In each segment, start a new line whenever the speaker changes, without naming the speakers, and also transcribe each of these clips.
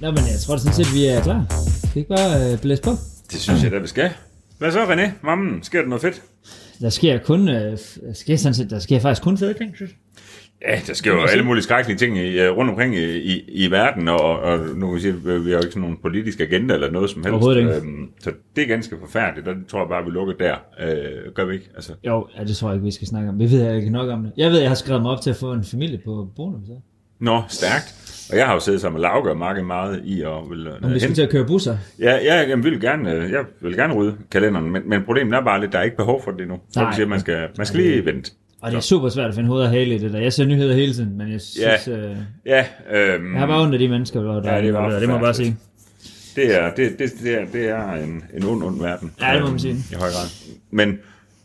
Nå, men jeg tror sådan set, vi er klar. Skal vi ikke bare øh, blæse på?
Det synes jeg da, vi skal. Hvad så, René? Mammen, sker der noget fedt?
Der sker kun, øh, f- der sker sådan set, der sker faktisk kun fede ting, synes jeg.
Ja, der sker jo alle mulige skrækkelige ting i, uh, rundt omkring i, i, i verden, og, og nu kan vi sige, at vi har jo ikke sådan nogen politisk agenda eller noget som helst.
Overhovedet ikke.
Øhm, så det er ganske forfærdeligt, og det tror jeg bare, vi lukker der. Øh, gør vi ikke? Altså,
Jo, ja, det tror jeg ikke, vi skal snakke om. Det ved jeg ikke nok om det. Jeg ved, jeg har skrevet mig op til at få en familie på Bonum, så.
nå, stærkt. Og jeg har jo siddet sammen med Lauke og Marke meget i og vil øh,
Om vi skal til at køre busser.
Ja, ja jamen, vi vil gerne, øh, jeg vil gerne rydde kalenderen, men, men problemet er bare lidt, at der er ikke behov for det endnu. Så
Nej.
man siger, man skal, man skal lige vente.
Og det er super svært at finde hoved og hale i det der. Jeg ser nyheder hele tiden, men jeg synes, yeah. øh,
Ja, øhm,
jeg har bare ondt af de mennesker, der der
Ja,
er
det var
involveret. det må jeg bare sige.
forfærdeligt. Det er, det, det, det er, det er en, en ond, ond verden.
Ja, det må man sige.
Øhm, I høj grad. Men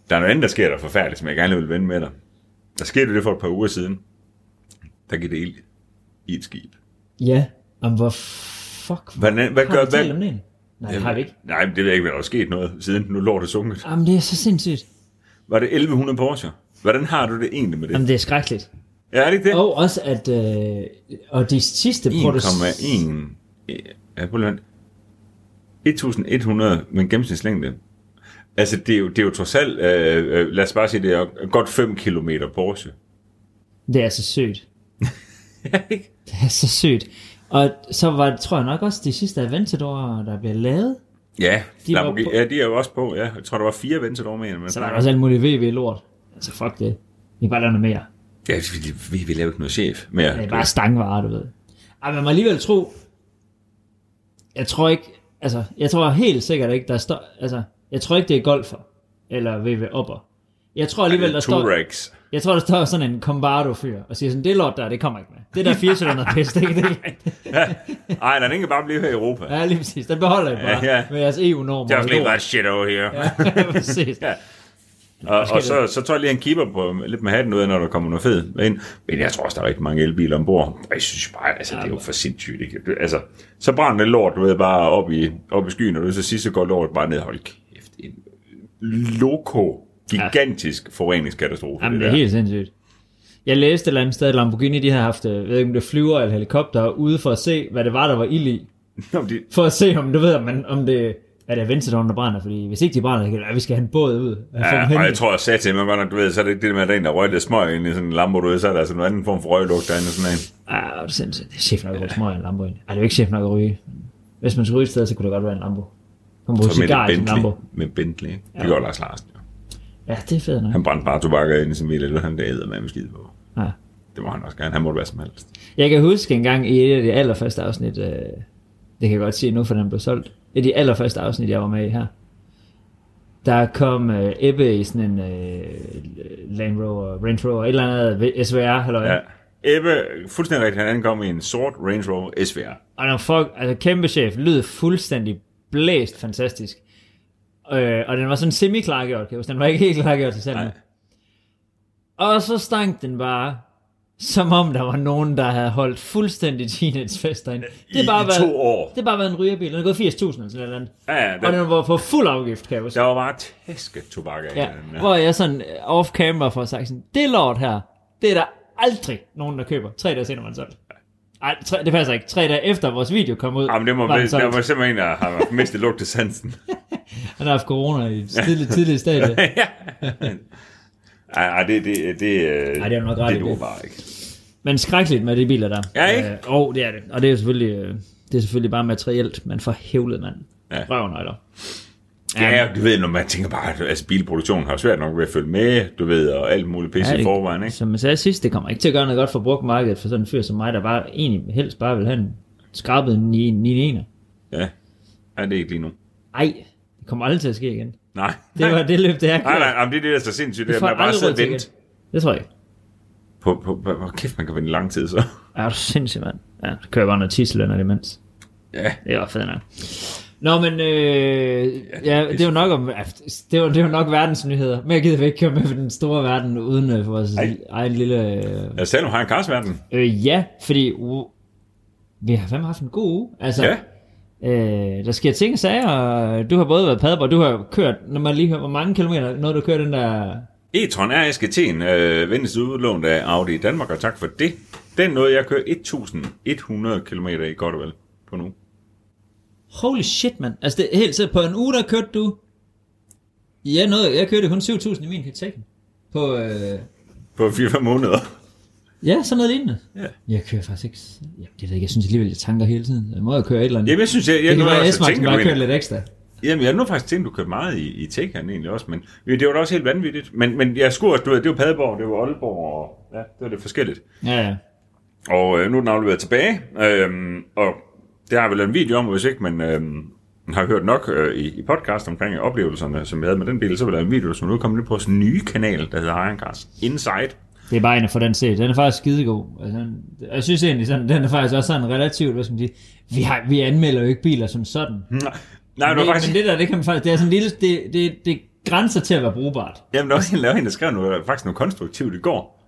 der er noget andet, der sker der er forfærdeligt, som jeg gerne vil vende med dig. Der skete det for et par uger siden. Der gik det ild i et skib.
Ja, om hvor fuck
Hvordan, hvad
har
gør,
vi talt
hvad,
om det? egentlig? Nej, det har vi ikke.
Nej, men det ved jeg ikke, hvad der er sket noget siden. Nu lå det sunket.
Jamen, det er så sindssygt.
Var det 1100 Porsche? Hvordan har du det egentlig med det?
Jamen, det er skrækkeligt.
Ja, er det ikke det?
Og også, at øh, og de sidste produc-
1,1... Ja, prøv lige at vente. 1100 med en gennemsnitslængde. Altså, det er jo, det er jo trods alt, øh, øh, lad os bare sige, det er godt 5 km Porsche.
Det er så sygt.
Ja, ikke?
Det er så sygt. Og så var det, tror jeg nok også, de sidste Aventador, der blev lavet.
Ja,
De
de
var
Lamborghini,
på-
ja, de er jo også på. Ja. Jeg tror, der var fire Ventador med. Men
Så var der også alt muligt VV-lort. Altså, fuck det. Vi kan bare lave noget mere.
Ja, vi, vi, vi laver ikke noget chef mere.
Det er bare stangvarer, du ved. Ej, man må alligevel tro... Jeg tror ikke... Altså, jeg tror helt sikkert ikke, der står... Altså, jeg tror ikke, det er golfer. Eller VV Upper. Jeg tror alligevel, der står...
Turex.
Jeg tror, der står sådan en Combardo-fyr, og siger sådan, det lort der, det kommer ikke med. Det der 4 pis, det, det,
Ej, nej, den kan bare blive her i Europa. Ja.
Ja, lige præcis. Den beholder I bare ja,
Ja,
ja.
ja.
med jeres EU-normer.
Det er også lige
og lort.
ret shit over her. Ja.
Ja, præcis.
Ja. Og,
Måske
og så, så tror jeg lige, han keeper på øh, lidt med hatten ud, af, når der kommer noget fedt ind. Men jeg tror også, der er rigtig mange elbiler ombord. Og jeg synes bare, altså, det er jo for sindssygt. Ikke? Det- Altså, så brænder det lort, du ved, bare op i, op i skyen, og det så sidst, så går lortet bare ned. Hold kæft, en loko, gigantisk ja. forureningskatastrofe.
Jamen, det er
der.
helt sindssygt. Jeg læste et eller andet sted, at Lamborghini de har haft, øh, jeg ved ikke om det er flyver eller helikopter, ude for at se, hvad det var, der var ild i.
Nå, men det,
For at se, om du ved, om, man, om det er det Aventador, der brænder. Fordi hvis ikke de brænder, så kan det være, at vi skal have en båd ud.
Ja, og jeg
tror...
tror, at sat til mig, godt nok, du ved, så er det ikke det der med, at der er en, der røg lidt smøg ind i sådan en lambo, du ved, så er der altså en anden form for røglugt derinde og sådan en.
Ah, det er sindssygt. Det er chef nok at ryge smøg i en Lambo. egentlig. Ej, det er jo ikke chef nok at ryge. Hvis man skulle ryge et sted, så kunne det godt være en Lambo. Man bruger
Så med
cigar i sin
Bentley,
Lambo.
med Bentley. ikke? Det gjorde Lars Larsen. jo.
Ja, det er fedt nok.
Han brændte bare tobakker ind i sin bil, eller han der æder med en skid på.
Ja.
Det må han også gerne. Han måtte være som helst.
Jeg kan huske en gang i et af de allerførste afsnit, øh, det kan jeg godt sige nu, for den blev solgt, et af de allerførste afsnit, jeg var med i her, der kom øh, Ebbe i sådan en øh, Land Rover, Range Rover, et eller andet SVR, halløj.
Ja.
Ja.
Ebbe, fuldstændig rigtigt, han ankom i en sort Range Rover SVR.
Og når folk, altså kæmpe chef, lød fuldstændig blæst fantastisk. Øh, og den var sådan semi-klargjort, kan jeg huske. Den var ikke helt klargjort til selv.
Nej.
Og så stank den bare, som om der var nogen, der havde holdt fuldstændig teenagefest derinde.
I- i to år.
Det har bare været en rygerbil. Den er gået 80.000 eller sådan noget.
Ja, ja,
Og
der,
den var på fuld afgift, kan jeg huske.
der var bare tæske tobakker
Ja,
ja. i den.
hvor jeg sådan øh, off-camera får sagt sådan, det lort her, det er der aldrig nogen, der køber. Tre dage senere var den solgt. Ej, tre, det passer ikke. Tre dage efter vores video kom ud,
Jamen, det
var
må,
den
være, der
solgt.
var simpelthen en, der har mistet lugt til sansen.
Han har haft corona i et tidligt, tidligt stadie.
Ej, ej, det, det, det,
Ej, det er jo nok ret i
det duer
det.
bare ikke.
Men skrækkeligt med de biler der.
Ja, ikke?
Øh, og det er det. Og det er jo selvfølgelig, øh, det er selvfølgelig bare materielt, man får hævlet, mand. Ja.
Ja.
Røvnøgler.
Ja, du ved, når man tænker bare, at altså, bilproduktionen har jo svært nok ved at følge med, du ved, og alt muligt pisse
Ja,
ja,
det-
i forvejen, ikke?
Som jeg sagde sidst, det kommer ikke til at gøre noget godt for brugtmarkedet for sådan en fyr som mig, der bare egentlig helst bare vil have en skrabet 9
Ja. ja, det er ikke lige nu.
Ej, det kommer aldrig til at ske igen.
Nej.
Det var det løb, det er
Nej, nej, nej, men det er det, der er så sindssygt, det er, at man bare sidder og venter.
Det tror jeg ikke.
På, på, på, på, kæft, man kan vente i lang tid, så.
Ja, du er sindssygt, mand. Ja, så kører jeg bare noget tislønner imens.
Ja,
Det var fedt nok. Nå, men øh, ja, det var nok om, ja, det var, det var nok verdensnyheder. Men jeg gider ikke køre med på den store verden uden øh, for vores Ej.
Ej.
egen lille... Øh,
altså, selvom har en karsverden.
øh, ja, fordi uh, vi har fandme haft en god uge. Altså,
Ja.
øh, der sker ting og sager, og du har både været padder, og du har kørt, når man lige hører, hvor mange kilometer, når du kører den der...
E-tron RSGT'en øh, vendes udlånt af Audi i Danmark, og tak for det. Den nåede jeg at køre 1.100 km i godt og vel. på nu.
Holy shit, mand. Altså, det er helt sikkert. På en uge, der kørte du... Ja, noget. Jeg kørte kun 7.000 i min Hitachi. På, øh...
På 4-5 måneder.
ja, sådan noget lignende.
Ja.
Jeg kører faktisk ikke... Ja, det ved jeg ikke. Jeg synes alligevel, jeg tanker hele tiden. Jeg må jo køre et eller andet.
Jamen, jeg synes, jeg, jeg,
det kan
nu har
være,
jeg
at
også
S-Max
tænkt,
bare
at du-
kører lidt ekstra.
Jamen, jeg har nu faktisk tænkt, at du kørte meget i, i Tekken egentlig også, men men det var da også helt vanvittigt. Men, men jeg skulle også, du ved, det var Padborg, det var Aalborg, og ja, det var lidt forskelligt.
Ja, ja.
Og øh, nu er den afleveret tilbage, øhm, og det har jeg vel en video om, hvis ikke man øhm, har hørt nok øh, i, i podcast omkring oplevelserne, som jeg havde med den bil, så vil der en video, som nu kommer lidt på vores nye kanal, der hedder Ironcast Inside.
Det er bare en at få den set. Den er faktisk skidegod. Altså, den, jeg synes egentlig, sådan, den er faktisk også sådan relativt, hvad skal man sige, vi, har, vi anmelder jo ikke biler som sådan. Nej,
Nej, det
men,
var faktisk...
men det der, det kan man faktisk, det er sådan en lille, det, det, det grænser til at være brugbart.
Jamen, der var en, der, var en, der skrev noget, faktisk noget konstruktivt i går,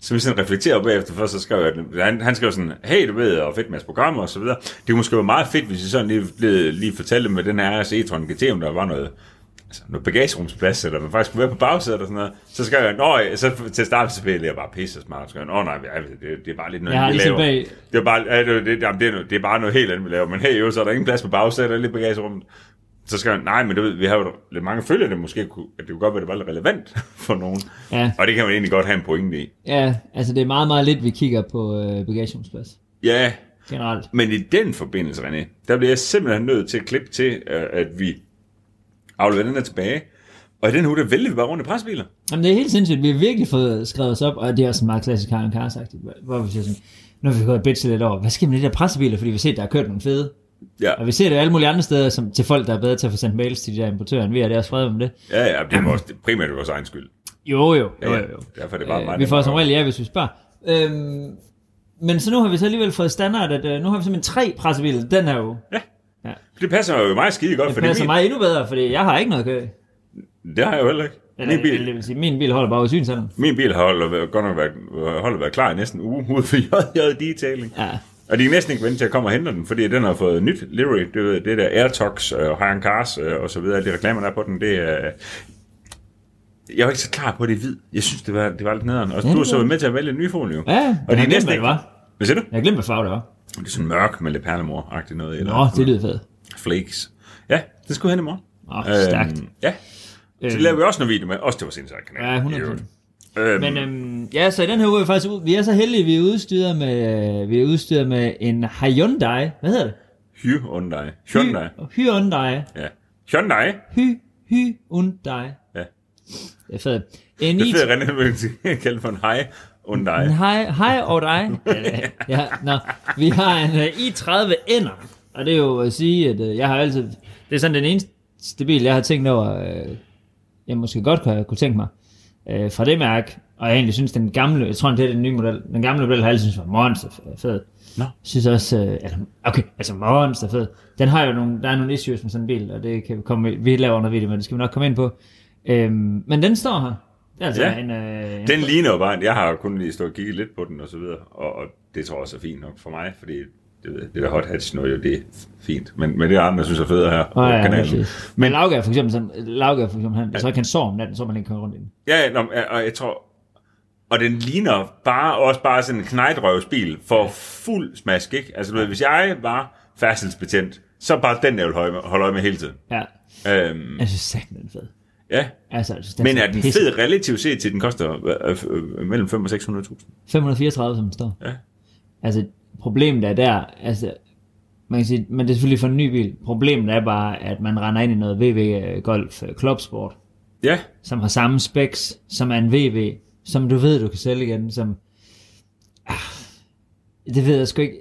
som vi sådan reflekterer over bagefter. Først så skrev jeg, at han, han skrev sådan, hey, du ved, og fedt med jeres programmer og så videre. Det kunne måske være meget fedt, hvis I sådan lige, lige, lige fortalte med den her e-tron GT, om der var noget, altså noget bagagerumsplads, eller man faktisk kunne være på bagsædet og sådan noget. Så skrev jeg, nå, ja, så til at starte så blev jeg bare pisse smart. Så skrev jeg, nå nej, ja, det, det, er bare lidt noget,
Jeg har
vi
ligesom
laver.
bag-
Det er bare, ja, det, det, jamen, det, er, noget- det er bare noget helt andet, vi laver. Men hey, jo, så er der ingen plads på bagsædet eller i bagagerummet. Så skal han, nej, men du ved, vi har jo lidt mange følgere, det måske kunne, at det kunne godt være, det var lidt relevant for nogen.
Ja.
Og det kan man egentlig godt have en pointe i.
Ja, altså det er meget, meget lidt, vi kigger på øh, bagagerumsplads.
Ja,
Generelt.
men i den forbindelse, René, der bliver jeg simpelthen nødt til at klippe til, øh, at vi afleverer den her tilbage. Og i den uge, der vælger vi bare rundt i presbiler.
Jamen, det er helt sindssygt. Vi har virkelig fået skrevet os op, og det er også en meget klassisk Karen Karsagt, hvor vi siger sådan, nu har vi gået og bitchet lidt over, hvad skal man med de der pressebiler, fordi vi har set, der har kørt nogle fede.
Ja,
Og vi ser det alle mulige andre steder, som, til folk, der er bedre til at få sendt mails til de der importører, end vi er. Det er også fred om det.
ja, ja det er vores, det er primært vores egen skyld.
Jo, jo. jo,
Ja,
jo, jo.
Derfor er det bare
Øh,
meget
vi får
nemmere.
som regel ja, hvis vi spørger. Øhm, men så nu har vi så alligevel fået standard, at øh, nu har vi simpelthen tre pressebiler den her uge.
Ja.
Ja.
Det passer jo mig skide godt,
Det
for det,
passer mig endnu bedre, fordi jeg har ikke noget at køre. i.
det har jeg jo heller ikke. Min bil,
Eller, det vil sige, min bil holder bare ud synsalderen.
Min bil har holdt, været- godt nok været, holdt været klar i næsten en uge ude for JJ Detailing.
Ja.
Og de kan næsten ikke vente til at komme og hente den, fordi den har fået nyt livery. Det, ved, det der Airtox og Hiron Cars øh, og så videre, alle de reklamer, der er på den, det er... Jeg var ikke så klar på at det er hvid. Jeg synes, det var, det var lidt nederen. Og
det
du har så
var-
været med til at vælge en ny folie. jo.
Ja,
og
jeg
de
har
er
glemt,
næsten
hvad
ikke...
det var.
Hvad siger du?
Jeg glemte, hvad farve det var.
Det er sådan mørk med lidt perlemor-agtigt noget. Eller
Nå, det lyder fedt.
Flakes. Ja, det skulle hen i morgen.
Nå,
Øhm.
stærkt.
Ja. Så
Øhm.
lavede vi også noget video med. Også det var sindssygt kanal.
Ja, 100%.
Øhm,
Men øhm, ja, så i den her uge er vi faktisk ud, vi er så heldige, vi er udstyret med, vi er udstyret med en Hyundai. Hvad hedder det?
Hyundai. Hyundai.
Hy- Hyundai.
Ja. Hyundai.
Hy, Hyundai.
Ja.
Det er fedt. En
Det er
i-
fedt, at René vil kalde for en hej. Hyundai.
en Hej, hej og dig. Ja, det- ja, nå. Vi har en øh, i30 ender, og det er jo at sige, at øh, jeg har altid... Det er sådan den eneste bil, jeg har tænkt over, øh, jeg måske godt kunne, kunne tænke mig, øh, fra det mærke, og jeg egentlig synes, den gamle, jeg tror, det er den nye model, den gamle model har jeg altid synes var monster fed.
Nå.
Jeg synes også, øh, altså, okay, altså monster fed. Den har jo nogle, der er nogle issues med sådan en bil, og det kan vi komme, vi laver noget video, men det skal vi nok komme ind på. Øhm, men den står her. Det er altså
Ja.
ja. en, øh, en
Den ligner jo bare, en- jeg har kun lige stået og kigget lidt på den og så videre, og, og det tror jeg også er fint nok for mig, fordi det, ved jeg, det der hot hatch noget jo, det er fint. Men, men det er andre, jeg synes er federe her på
Åh, Ah, ja,
kanalen.
præcis. Men Laugaard for eksempel, sådan, Laugaard for eksempel han, ja. så ikke han sove om natten, så man ikke kører rundt i den.
Ja, ja, nå, men, ja, og jeg tror, og den ligner bare, også bare sådan en knejdrøvsbil for fuld smask, ikke? Altså du ved, hvis jeg var færdselsbetjent, så bare den, jeg ville holde, holde øje med hele tiden.
Ja,
Øhm,
jeg synes sagt, den er fed.
ja,
Altså, jeg synes, den
men er
så
den
pisse-
fed relativt set til, at den koster øh, øh, mellem 5 og 600.000?
534, som den står.
Ja.
Altså, problemet er der, altså, man kan sige, men det er selvfølgelig for en ny bil. Problemet er bare, at man render ind i noget VW Golf øh, Clubsport,
Ja,
som har samme specs, som er en VW, som du ved, du kan sælge igen, som... Ah, det ved jeg sgu ikke.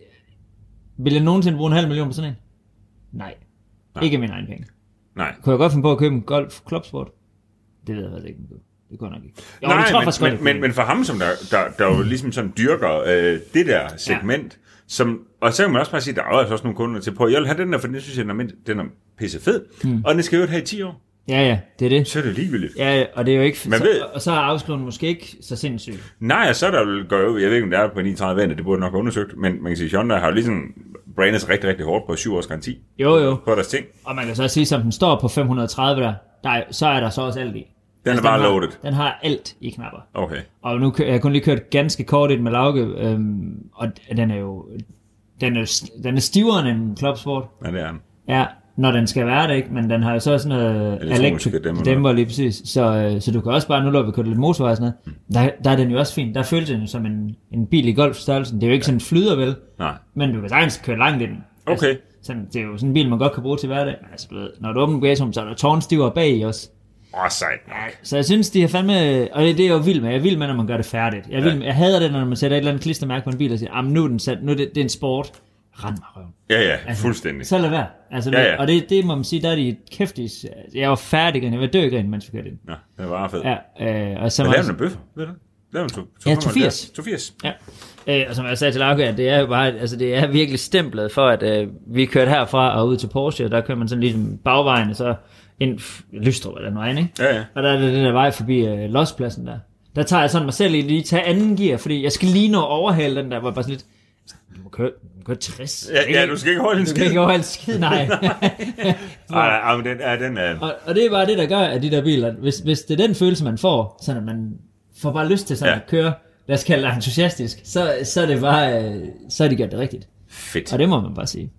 Vil jeg nogensinde bruge en halv million på sådan en? Nej. Nej. Ikke af min egen penge.
nej.
Kunne jeg godt finde på at købe en Golf Clubsport? Det ved jeg faktisk ikke. om jeg kunne. Det kunne jeg nok ikke. Jo,
Nej,
jeg tror
men,
faktisk godt, jeg
men,
kunne.
men, men for ham, som der, der, der jo ligesom sådan dyrker øh, det der segment, ja. som, og så kan man også bare sige, der er jo altså også nogle kunder til på, jeg vil have den der, for den synes jeg, den er, mind- den er pisse fed,
Hmm.
mm. og den skal jo have i 10 år,
Ja, ja, det er det.
så er det ligegyldigt. Ja.
Ja, og det er jo ikke...
Man
så,
ved-
Og så er afskriven måske ikke så sindssyg.
Nej, og så er der jo, går jo, jeg ved ikke, om det er på 39 vand, det burde nok have undersøgt, men man kan sige, Hyundai har jo ligesom brandet sig rigtig, rigtig hårdt på 7 års garanti
Jo, jo.
på deres ting.
Og man kan så også sige, som den står på 530 der, der er, så er der så også alt i.
Den er bare loaded.
Har, den har alt i knapper.
Okay.
Og nu kø- jeg har kun lige kørt ganske kort ind med Lauke, øhm, og den er jo den er, st- den er stivere end en klopsport.
Ja, det er den.
Ja, når den skal være det, ikke? Men den har jo så sådan noget
Elektroniske
elektrisk
dæmmer,
dæmper, dæmper lige præcis. Så, øh, så du kan også bare, nu løber vi kørt lidt motorvej og sådan noget.
Mm.
Der, der er den jo også fin. Der føles den jo som en, en bil i golfstørrelsen. Det er jo ikke sådan en flyder vel,
Nej.
men du kan sagtens køre langt i den.
Okay.
Altså, sådan, det er jo sådan en bil, man godt kan bruge til hverdag. Men Altså, du ved, når du åbner bagagerum, så er der tårnstiver bag i også.
Åh, oh, sejt.
Så jeg synes, de har fandme... Og det, det er jeg jo vild med. Jeg er vild med, når man gør det færdigt. Jeg, er vild med, jeg hader det, når man sætter et eller andet klistermærke på en bil og siger, "Ah, men nu er den sat, nu er det, det er en sport. Rend mig røven.
Ja, ja, fuldstændig.
Altså, Så lad være. Altså,
Ja, ja.
Og det, det må man sige, der er de kæftige. Jeg var færdig, grin. jeg var død grin, mens vi kørte ind.
Nå, det var fedt. Ja.
Ja, øh, og, som
Hvad laver
også,
den af bøffer? Ved du? det? Laver den to, to
Ja,
kommer
82.
der. 82.
ja, øh, og som jeg sagde til Lauke, at det er jo bare, altså det er virkelig stemplet for, at øh, vi kørte herfra og ud til Porsche, og der kører man sådan ligesom bagvejen, og så ind f- Lystrup eller noget andet, ikke?
Ja, ja.
Og der er det den der vej forbi øh, lospladsen der. Der tager jeg sådan mig selv i lige tage anden gear, fordi jeg skal lige nå at overhale den der, hvor jeg bare sådan lidt, du må køre, du må køre 60.
Ja, ja, du skal ikke holde en
Du kan
skid.
ikke overhale skid, nej.
Nej, nej, men den er... Den er
Og, og det er bare det, der gør, at de der biler, hvis, hvis det er den følelse, man får, sådan at man får bare lyst til sådan
Ja.
ja. at køre, lad os kalde det entusiastisk, så, så er det bare, øh, så er de gjort det rigtigt.
fedt.
Og det må man bare sige.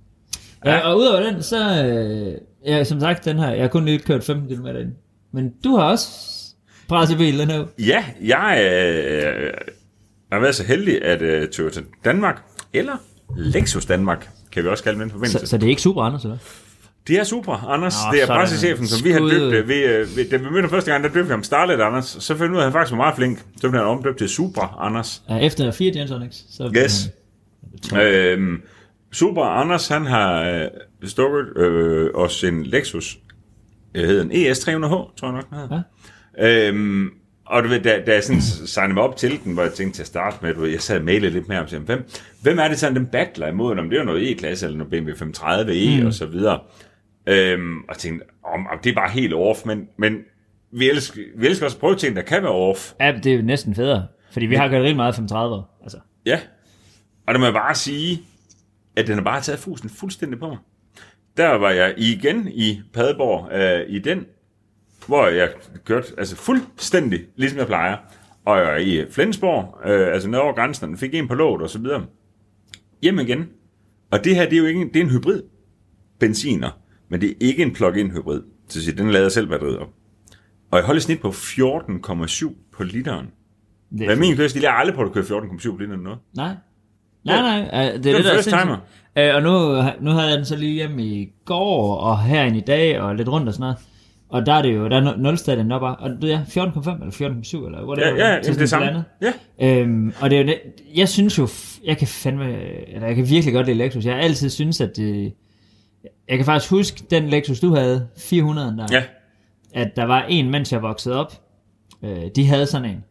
Ja.
Ja. Og, og udover den, så, øh, ja, som sagt, den her, jeg har kun lige kørt 15 km ind. Men du har også presset bil den her.
Ja, jeg øh, har været så heldig, at øh, Toyota Danmark, eller Lexus Danmark, kan vi også kalde dem i den forbindelse.
Så, så det er ikke super Anders, eller?
Det er super, Anders. Nå,
Nå,
det er
sådan.
pressechefen, som vi har
Skud.
døbt. øh, Ved, øh, ved, da vi mødte ham første gang, der døbte vi ham Starlet Anders. Så fandt vi ud af, at han faktisk var meget flink. Så blev han omdøbt til Super Anders.
Ja, efter fire Jensonics, så...
Yes. Øhm, Super Anders, han har øh, stukket øh, os en Lexus. Det hedder en E ES300H, tror jeg nok, den hedder. Ja. Øhm, og du ved, da, da jeg sådan signede mig op til den, hvor jeg tænkte til at starte med, du ved, jeg sad og mailede lidt mere om, sagde, hvem, hvem er det sådan, den battler imod, om det er noget E-klasse, eller noget BMW 530E, mm. og så videre. Øhm, og tænkte, om, om det er bare helt off, men, men vi, elsker, vi elsker også at prøve ting, der kan være off.
Ja, det er jo næsten federe, fordi vi har kørt rigtig meget 35 år. Altså,
Ja. Og der må jeg bare sige, at den har bare taget fusen fuldstændig på mig. Der var jeg igen i Padborg øh, i den, hvor jeg kørte altså fuldstændig, ligesom jeg plejer. Og jeg er i Flensborg, øh, altså ned over grænsen, fik en på låget og så videre. Hjem igen. Og det her, det er jo ikke en, det er en hybrid benziner, men det er ikke en plug-in hybrid. Så siger, den lader selv batteriet op. Og jeg holder snit på 14,7 på literen.
det er
Hvad er min kørsel? Jeg har aldrig prøvet at køre 14,7 på literen noget.
Nej. Nej, nej. øh, Det er det,
den
der er
first timer.
sindssygt. Øh, og nu, nu havde jeg den så lige hjemme i går, og herinde i dag, og lidt rundt og sådan noget. Og der er det jo, der er 0 stadig den bare, og det er 14,5 eller 14,7 eller hvor det
Ja, ja, ja det, er det samme.
Andet.
Ja,
Øhm, og det er jo, det- jeg synes jo, f- jeg kan fandme, eller jeg kan virkelig godt lide Lexus. Jeg har altid synes at det, jeg kan faktisk huske den Lexus, du havde, 400'eren der,
ja.
at der var en, mens jeg voksede op, øh, de havde sådan en.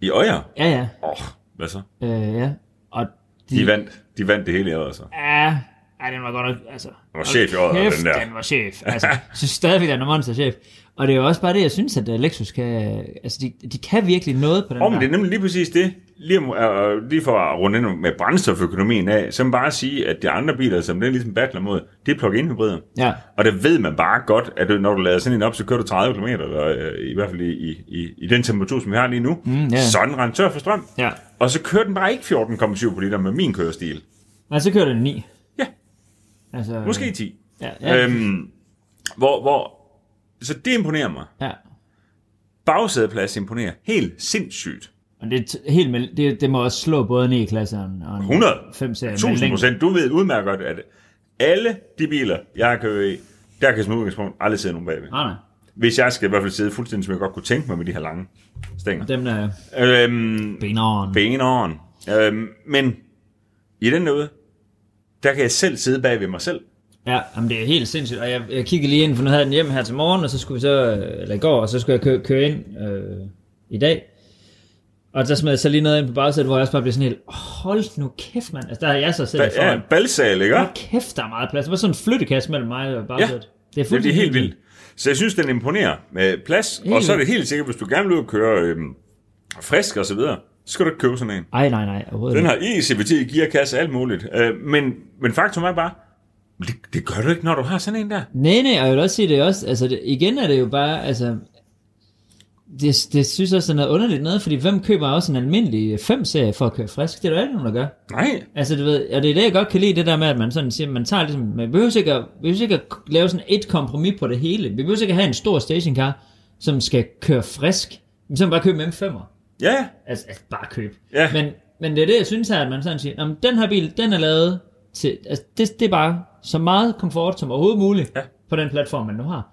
I øjer?
Ja, ja,
Åh, oh, hvad så?
øh, ja. Og
De vandt, de vandt det hele i øjet, så.
Ja, ej, den var godt nok, altså... Den
var chef i året, den der.
den var chef. Altså, jeg synes stadigvæk, den er monster chef. Og det er jo også bare det, jeg synes, at øh, Lexus kan... Altså, de, de kan virkelig noget på den
Om
der.
det er nemlig lige præcis det, lige, om, øh, lige for at runde ind med brændstoføkonomien af, så må man bare sige, at de andre biler, som den ligesom battler mod, det er plug-in hybrider.
Ja,
Og der ved man bare godt, at øh, når du lader sådan en op, så kører du 30 km, eller øh, i hvert fald i, i, i, i den temperatur, som vi har lige nu. Mm,
ja.
Sådan rent tør for strøm.
ja.
Og så kører den bare ikke 14,7 på liter med min kørestil.
Men så kører den 9.
Ja.
Altså,
Måske 10.
Ja, ja,
Mm. Ja. Øhm, hvor, hvor, så det imponerer mig.
ja.
bagsædeplads imponerer helt sindssygt.
Men det, er t- helt med, det, det må også slå både 9-klasse og en, og en
100.
5 serie
1000 procent. Du ved udmærket godt, at alle de biler, jeg har kørt i, der kan som udgangspunkt aldrig sidde nogen bagved.
Nej, nej.
Hvis jeg skal i hvert fald sidde fuldstændig, som jeg godt kunne tænke mig med de her lange stænger.
Dem der er
Øhm,
benåren.
benåren. Øhm, men i den derude, der kan jeg selv sidde bag ved mig selv.
Ja, jamen det er helt sindssygt. Og jeg, jeg kiggede lige ind, for nu havde jeg den hjem her til morgen, og så skulle vi så, øh, eller i går, og så skulle jeg køre, køre ind øh, i dag. Og der smed jeg så lige noget ind på bagsædet, hvor jeg også bare blev sådan helt, hold nu kæft, mand. Altså der er jeg så selv i
Ja,
foran.
en balsal, ikke?
Hold kæft, der er meget plads. Det var sådan en flyttekasse mellem mig og bagsædet. det er
Det er
fuldstændig
helt vildt. Så jeg synes, den imponerer med plads. Helt og så er det helt sikkert, hvis du gerne vil ud og køre øhm, frisk og så videre, så skal du ikke købe sådan en.
Ej, nej, nej, overhovedet
Den E
ikke.
har ECVT, gearkasse, alt muligt. Øh, men, men faktum er bare, det, det gør du ikke, når du har sådan en der.
Nej, nej, og jeg vil også sige det er også, altså det, igen er det jo bare, altså, det, det synes jeg også er noget underligt noget, fordi hvem køber også en almindelig 5-serie for at køre frisk? Det er der ikke nogen, der gør.
Nej.
Altså, du ved, og det er det, jeg godt kan lide, det der med, at man sådan siger, man tager ligesom, man behøver ikke at, vi behøver ikke at lave sådan et kompromis på det hele. Vi behøver ikke at have en stor stationcar, som skal køre frisk. Men så kan man bare købe en M5'er.
Ja,
Altså, altså bare køb.
Ja.
Men, men det er det, jeg synes her, at man sådan siger, "Nå, men den her bil, den er lavet til, altså det, det er bare så meget komfort som overhovedet muligt
Ja.
på den platform, man nu har.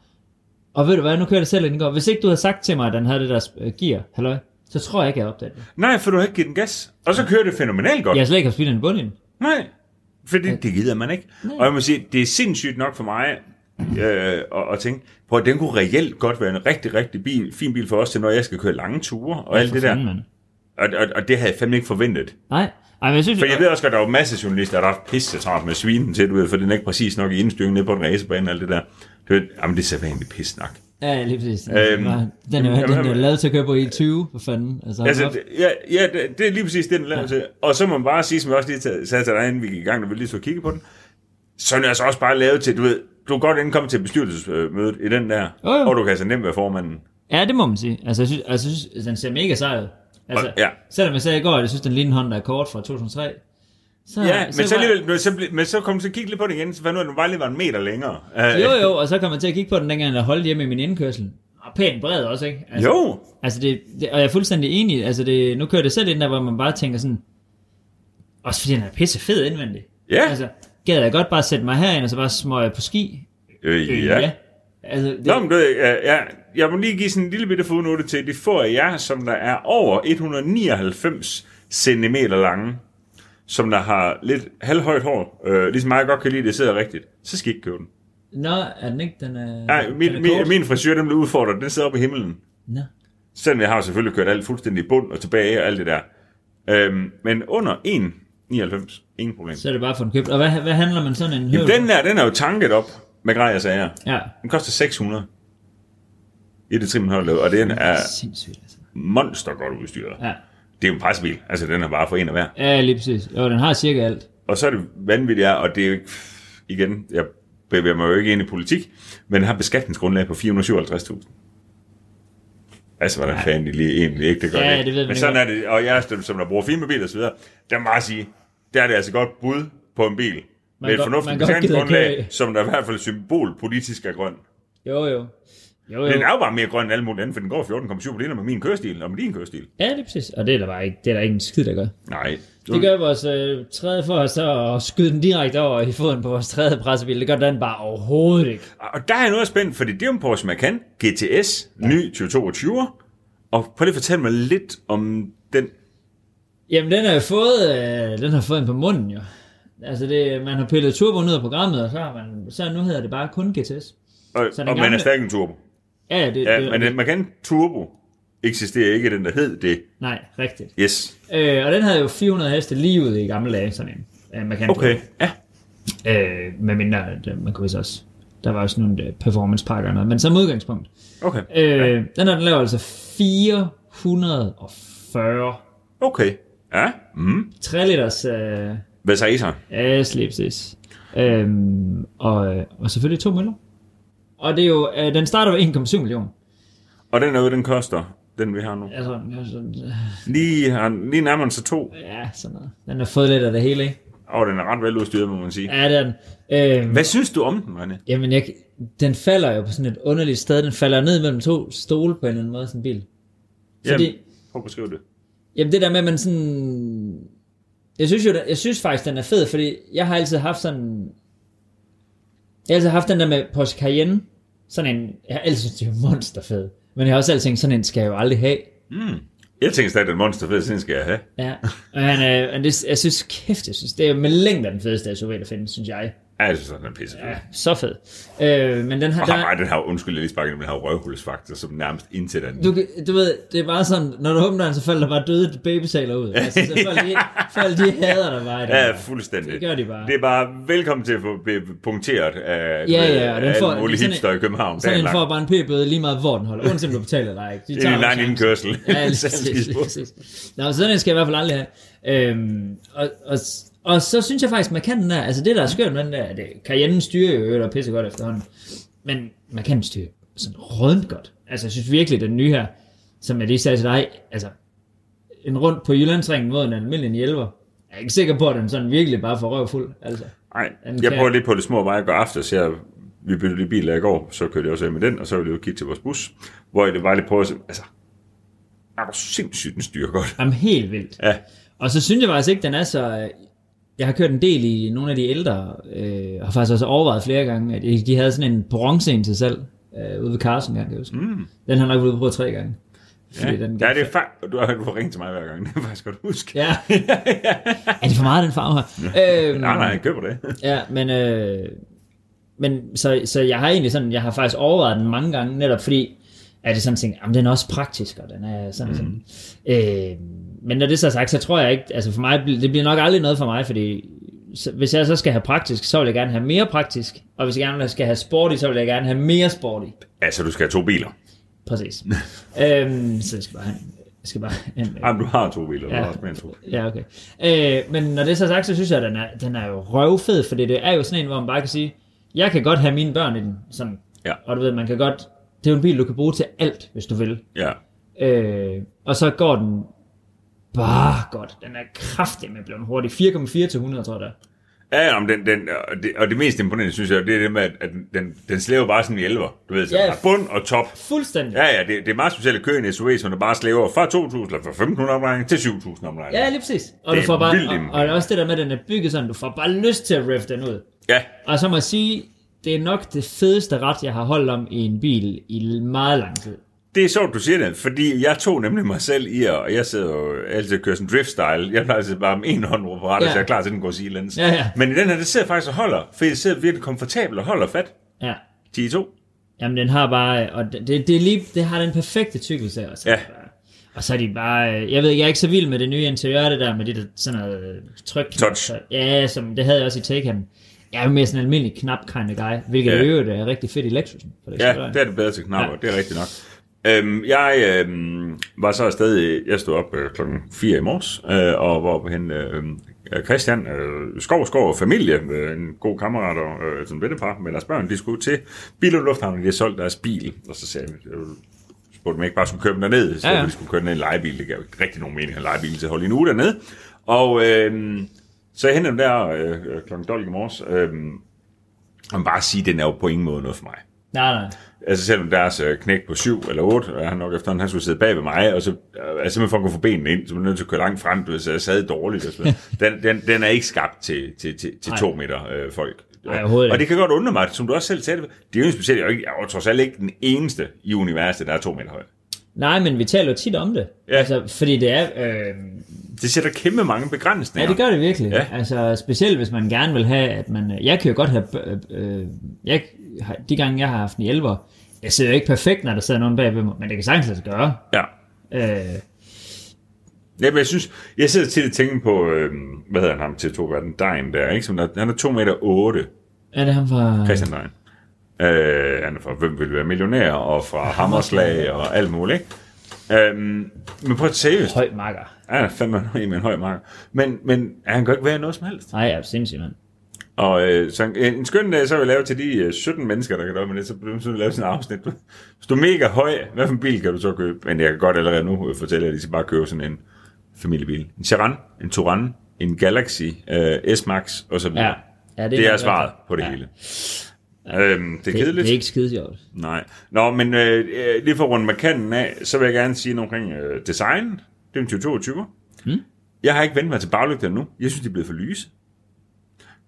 Og ved du hvad, nu kører det selv ind i går. Hvis ikke du havde sagt til mig, at den havde det der øh, gear, halløj, så tror jeg ikke, jeg havde opdaget det.
nej, for du har ikke givet den gas. Og så kører det fænomenalt godt.
Jeg har slet ikke haft bilen i bunden.
Nej, fordi det gider man ikke. Og jeg må sige, det er sindssygt nok for mig øh, at, at tænke, på at den kunne reelt godt være en rigtig, rigtig bil, fin bil for os til, når jeg skal køre lange ture og alt det der.
Man.
Og, og, og det havde jeg fandme ikke forventet.
Nej, Ej, men jeg synes,
For jeg ved også godt, at der er jo masser af journalister, der har haft pisse travlt med svinen til, du ved, for den er ikke præcis nok i indstyringen nede på en racerbane og alt det der. Du ved, jamen det er sædvanlig pis snak.
Ja, lige præcis.
Øhm,
Øhm, den er jo
jamen,
den er jo
jamen.
lavet til at køre på E20, for fanden. Altså,
Altså,
altså,
det, ja, ja det, det, er lige præcis det, den laver ja. til. Og så må man bare sige, som jeg også lige ta- sagde til dig, inden vi gik i gang, når vi lige så kigge på den, så er den altså også bare lavet til, du ved, du er godt indkommet til bestyrelsesmødet øh, i den der,
Jo, jo.
og du kan altså nemt være formanden.
ja, det må man sige. Altså, jeg synes, altså, jeg synes den ser mega sej ud. Altså,
Og- ja.
Selvom jeg sagde i går, at jeg synes, den ligner en Honda Accord fra 2003. Så,
Ja, men så,
var-
alligevel, nu- så, ble- men så kom så kigge lidt på den igen, så fandt du, ud af, at den bare lige var en meter længere. Øh,
Jo, jo, og så kom man til at kigge på den, dengang jeg holdt hjemme i min indkørsel. Og pænt bred også, ikke? Altså,
Jo,
Altså det, det, og jeg er fuldstændig enig. Altså det, nu kører det selv ind der, hvor man bare tænker sådan, også fordi den er pisse fed indvendig.
Ja.
Altså, gad jeg da godt bare sætte mig herind, og så bare smøge på ski.
øh, ja. ja.
Altså, det,
Nå, men du ved, øh, ja, jeg må lige give sådan en lille bitte fodnote til de få af jer, som der er over 199 cm lange, som der har lidt halvhøjt hår, øh, ligesom mig godt kan lide, det sidder rigtigt, så skal I ikke købe den.
Nå, er den ikke? Den er,
Nej,
den
min,
er
min,
kort.
min frisyr, den blev udfordret, den sidder oppe i himlen.
Nå.
Selvom jeg har selvfølgelig kørt alt fuldstændig i bund og tilbage og alt det der. Øhm, men under 1,99, ingen problem.
Så er det bare for den købt. Og hvad, hvad handler man sådan en høvl?
Den der, den er jo tanket op med grejer sager.
Ja,
Den koster 600 i det trim, den har lavet, og den er
sindssygt altså.
monster godt udstyret.
Ja.
Det er jo en pressebil. Altså, den er bare for en af hver.
ja, lige præcis. Jo, den har cirka alt.
Og så er det vanvittigt, ja, og det er jo ikke... Igen, jeg bevæger mig jo ikke ind i politik, men den har beskatningsgrundlag på 457.000. Altså, hvordan fanden de lige egentlig ikke, det gør
Ja, det
ikke.
ved man
Men
ikke
sådan er det, og jeg som som der bruger firmabil og så videre, der må bare sige, der er det altså godt bud på en bil. med et
godt- man
fornuftigt
godt gider køre
beskatningsgrundlag,
i.
som der i hvert fald symbolpolitisk er grøn.
Jo, jo. Jo,
Den
jo.
er jo bare mere grøn end alt muligt andet, for den går 14,7 på liter med min kørestil og med din kørestil.
Ja, lige præcis. Og det er der bare ikke, det er der ikke en skid, der gør.
Nej.
Det gør vores øh, tredje for os så at skyde den direkte over i foden på vores tredje pressebil. Det gør den bare overhovedet ikke.
Og der er jeg noget spændt, fordi det er jo en Porsche Macan GTS, ny 2022. Og prøv lige at fortælle mig lidt om den.
Jamen, den har jo fået, øh, den har fået en på munden jo. Altså, det, man har pillet turbo ud af programmet, og så, har man, så nu hedder det bare kun GTS.
Og,
Så den
og man er
gamle-
stadig en turbo.
Ja, ja, det,
Ja,
det,
men den Macan Turbo eksisterer ikke, den der hed det.
Nej, rigtigt.
Yes.
Øh, og den havde jo 400 heste lige ud i gamle dage, sådan en. Øh, man kan
Okay, ja.
Øh, med mindre, at øh, man kunne vist også... Der var også nogle øh, performancepakker og noget, men som udgangspunkt.
Okay,
Øh, ja. Den her, den laver altså 440
okay. Ja, mm.
3 liters øh,
Hvad sagde I så?
øh, slipsis. Øhm, og, øh, og selvfølgelig to møller. Og det er jo, øh, den starter ved 1,7 millioner.
Og den er den koster, den vi har nu.
Altså, altså, øh,
Lige, har- lige nærmere sig to,
ja, sådan noget. Den har fået lidt af det hele, ikke?
og den er ret veludstyret, må man sige.
Ja, den. Øhm,
Hvad synes du om den, René?
jamen, jeg, den falder jo på sådan et underligt sted. Den falder ned mellem to stole på en eller anden måde, sådan en bil. Fordi,
Jamen, prøv at beskrive det.
Jamen det der med, at man sådan... Jeg synes jo, den- jeg synes faktisk, den er fed, fordi jeg har altid haft sådan... Jeg har altid haft den der med Porsche Cayenne. Sådan en... Jeg har altid synes, det er monster fed. Men jeg har også altid tænkt, sådan en skal jeg jo aldrig have.
Mm. Jeg tænker stadig, at den monster fed, sådan skal jeg have.
Ja. Og han, øh, og det, jeg synes, kæft, jeg synes, det er med længder den fedeste SUV, der findes, synes jeg.
Ja, jeg synes, den er pissefed.
Ja, så fed. Øh, men den har...
Og har, ej, den har jo- undskyld, jeg lige sparket, men den har jo røvhulsfaktor, som nærmest indtil den.
Du, kan- du ved, det er bare sådan, når du åbner den, så falder der bare døde babysaler ud. Altså, så folk, de, folk, de hader dig bare. i den
Ja,
her.
fuldstændig.
Det gør de bare.
Det er bare velkommen til at få blive punkteret af,
Ja, ja, og den
af
får-
alle mulige
sådan en-
hipster i København.
Sådan en
dagen lang.
får bare en p-bøde lige meget, hvor den holder, uanset om du betaler eller ej. De
Det er en
jo
lang
chancen.
indkørsel.
Ja, lige
Så
præcis,
skidt
lige
på.
præcis. Nå, så sådan en skal jeg i hvert fald aldrig have. Øhm, og, og, og så synes jeg faktisk, man kan den der, altså det der er skørt med den der, det, Cayenne styrer jo eller pisse godt efterhånden, men man kan styre sådan rødent godt. Altså jeg synes virkelig, den nye her, som jeg lige sagde til dig, altså, en rundt på Jyllandsringen mod en almindelig hjælper, jeg er ikke sikker på, at den sådan virkelig bare får røvfuld. Altså.
Nej,
Den
jeg
kan-
prøver lige på det små veje at gå aftes. Jeg, vi byttede lige biler i går, så kørte jeg også af med den, og så ville jeg jo kigge til vores bus, hvor jeg bare lige prøvede at se, altså, er du sindssygt, den styrer godt.
Jamen helt vildt.
Ja.
Og så synes jeg faktisk ikke, den er så... øh, Jeg har kørt en del i nogle af de ældre, øh, og har faktisk også overvejet flere gange, at de havde sådan en bronze en til salg øh, ude ved Carlsen, kan jeg huske. Mm. Den har jeg nok været ude på tre gange.
Ja,
Fordi den-
ja det er faktisk, du har, du har ringet til mig hver gang, det kan jeg faktisk godt huske.
Ja. er det for meget, den farve her? øhm,
Nej, nej, jeg køber det.
Ja, men, øh, men så, så jeg har egentlig sådan, jeg har faktisk overvejet den mange gange, netop fordi, at det sådan tænkt, jamen den er også praktisk, og den er sådan, mm. sådan. Øh, men når det så er sagt, så tror jeg ikke, altså for mig, bl- det bliver nok aldrig noget for mig, fordi så, hvis jeg så skal have praktisk, så vil jeg gerne have mere praktisk, og hvis jeg gerne skal have sporty, så vil jeg gerne have mere sporty.
Altså, du skal have to biler.
Præcis. øhm, så jeg skal bare have en, jeg skal bare have en,
Jamen, du har to biler, du
Ja.
har også mere end to.
Ja, okay. Øh, men når det er så sagt, så synes jeg, at den er, den er jo røvfed, fordi det er jo sådan en, hvor man bare kan sige, jeg kan godt have mine børn i den, sådan.
Ja.
Og du ved, man kan godt, det er jo en bil, du kan bruge til alt, hvis du vil.
Ja.
Øh, og så går den bare godt. Den er kraftig med blevet hurtig. 4,4 til 100, tror jeg det er.
Ja, jamen, den, den, og, det, og det mest imponerende, synes jeg, det er det med, at, at den, den slæver bare sådan i elver. Du ved, så
Ja.
yeah. bund og top.
Fuldstændig.
Ja, ja, det, det er meget specielt at køre en SUV, som der bare slæver fra 2.000 eller fra 1.500 omdrejninger til 7.000 omdrejninger.
Ja, lige præcis. Og,
Det
du
er
får
vildt
bare, og, og
imponerende.
også det der med, at den er bygget sådan, du får bare lyst til at riff den ud.
ja,
Og så må jeg sige, det er nok det fedeste ret, jeg har holdt om i en bil i meget lang tid.
det er sjovt, du siger det, fordi jeg tog nemlig mig selv i, at- og jeg sidder jo altid og kører sådan drift-style. Jeg plejer altid bare med en hånd over på rattet,
Ja.
så jeg er klar til, at den går sidelæns.
Ja, ja.
Men i den her, det sidder faktisk og holder, for det sidder virkelig komfortabelt og holder fat.
Ja.
10-2.
Jamen, den har bare... øh, Og det, det, det, er lige, det har den perfekte tykkelse. Og så,
Ja.
og så er de bare... øh, Jeg ved, jeg er ikke så vild med det nye interiør, det der med det der sådan noget øh, tryk.
Touch.
Ja, som det havde jeg også i Taycan. Jeg er jo mere sådan en almindelig knap kind of guy, hvilket
Ja.
ja. i øvrigt er rigtig fedt i Lexusen. For det,
Ja,
er
det er det bedre til knapper,
Ja.
ja. det er rigtigt nok. Øhm, jeg øhm, var så afsted, øh, jeg stod op øh, klokken 4 i morges, øh, og var oppe hen øh, øh, Christian øh, Skov, Skov og familie, øh, en god kammerat og øh, sådan en vennepar med deres børn, de skulle til Bil- og Lufthavnen, de havde solgt deres bil, og så sagde jeg, øh, spurgte dem ikke bare skulle købe den derned, i stedet
Ja,
ja,
ja.
ja. de skulle køre den ned i en legebil, det gav jo ikke rigtig nogen mening at have en legebil til at holde i en uge dernede, og øh, så jeg hentede dem der øh, øh, klokken 12 i morges, øh, og bare sige, den er jo på ingen måde noget for mig.
Nej, nej.
Altså selvom deres øh, knæk på 7 eller 8, og han nok efterhånden, han skulle sidde bag ved mig, og så øh, altså, simpelthen for at kunne få benene ind, så man er nødt til at køre langt frem, du ved, så jeg sad dårligt. Og sådan noget. den, den, den er ikke skabt til, til, til, til
Nej.
to meter øh, folk.
Nej, overhovedet
og
ikke.
det kan godt undre mig, som du også selv sagde, det det er jo en speciel, jeg er jo ikke- jeg er jo trods alt ikke den eneste i universet, der er to meter høj.
Nej, men vi taler jo tit om det.
Ja.
Altså, fordi det er... Øh,
Det sætter kæmpe mange begrænsninger.
ja, det gør det virkelig.
Ja.
Altså, specielt hvis man gerne vil have, at man... øh, Jeg kan jo godt have... øh, Øh, jeg, har- de gange, jeg har haft en hjælper, jeg sidder jo ikke perfekt, når der sidder nogen bag ved mig, men det kan sagtens lade sig gøre.
Ja.
Øh,
Ja, men jeg synes, jeg sidder til at tænke på, øh, hvad hedder han ham til to verden, Dein der, ikke? Som der, han er 2 meter 8,
er det ham fra...
Christian Lejen. Øh, han er fra Hvem vil være millionær, og fra Hammerslag og alt muligt. ikke? Øhm, men prøv at seriøst.
Høj makker.
Han er fandme en med en høj mark. Men, men han kan jo ikke være noget som helst.
Nej, jeg er sindssygt, mand.
Og øh, så en, en skøn dag, så vil jeg lave til de øh, 17 mennesker, der kan døje med det, så bliver man sådan lave sådan en afsnit. Hvis du er mega høj, hvad for en bil kan du så købe? Men jeg kan godt allerede nu øh, fortælle, at de skal bare købe sådan en familiebil. En Charan, en Touran, en Galaxy, øh, S-Max og så videre.
Ja.
Ja,
ja
det, det er
nok
svaret
rigtigt.
på det
ja.
ja. hele. Øhm, det er
Det,
kedeligt.
det er ikke skide sjovt.
Nej. Nå, men øh, øh, lige for at runde markanten af, så vil jeg gerne sige noget omkring øh, design. Det er en 2022.
Mm.
Jeg har ikke vendt mig til baglygterne nu. Jeg synes, de er blevet for lyse.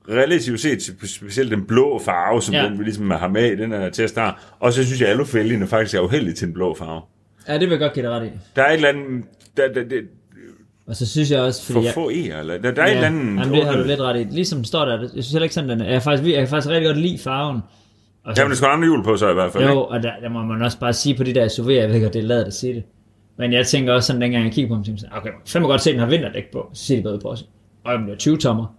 Relativt set, spe- specielt den blå farve, som
Ja.
ja. den, vi ligesom har med i den her test her. Og så synes jeg, at alle fælgene faktisk er uheldige til den blå farve.
Ja, det vil jeg godt give dig ret i.
Der er et eller andet... Der, der, der,
Og så synes jeg også,
for
fordi jeg,
få E'er, eller der, der er et eller andet...
jamen, det har du lidt ret i. Ligesom den står der, jeg synes heller ikke sådan, den er. Jeg, er faktisk, jeg kan faktisk rigtig godt lide farven. Og så,
Jamen, der skal andre hjul på så i hvert fald.
jo, og der, der, må man også bare sige på de der SUV'er, jeg ved godt, det er lavet at sige det. Men jeg tænker også sådan, dengang jeg kiggede på dem, tænkte jeg, sådan, okay, man kan godt se, at den har vinterdæk på. Så siger de bedre på os. Og jamen, det er 20 tommer.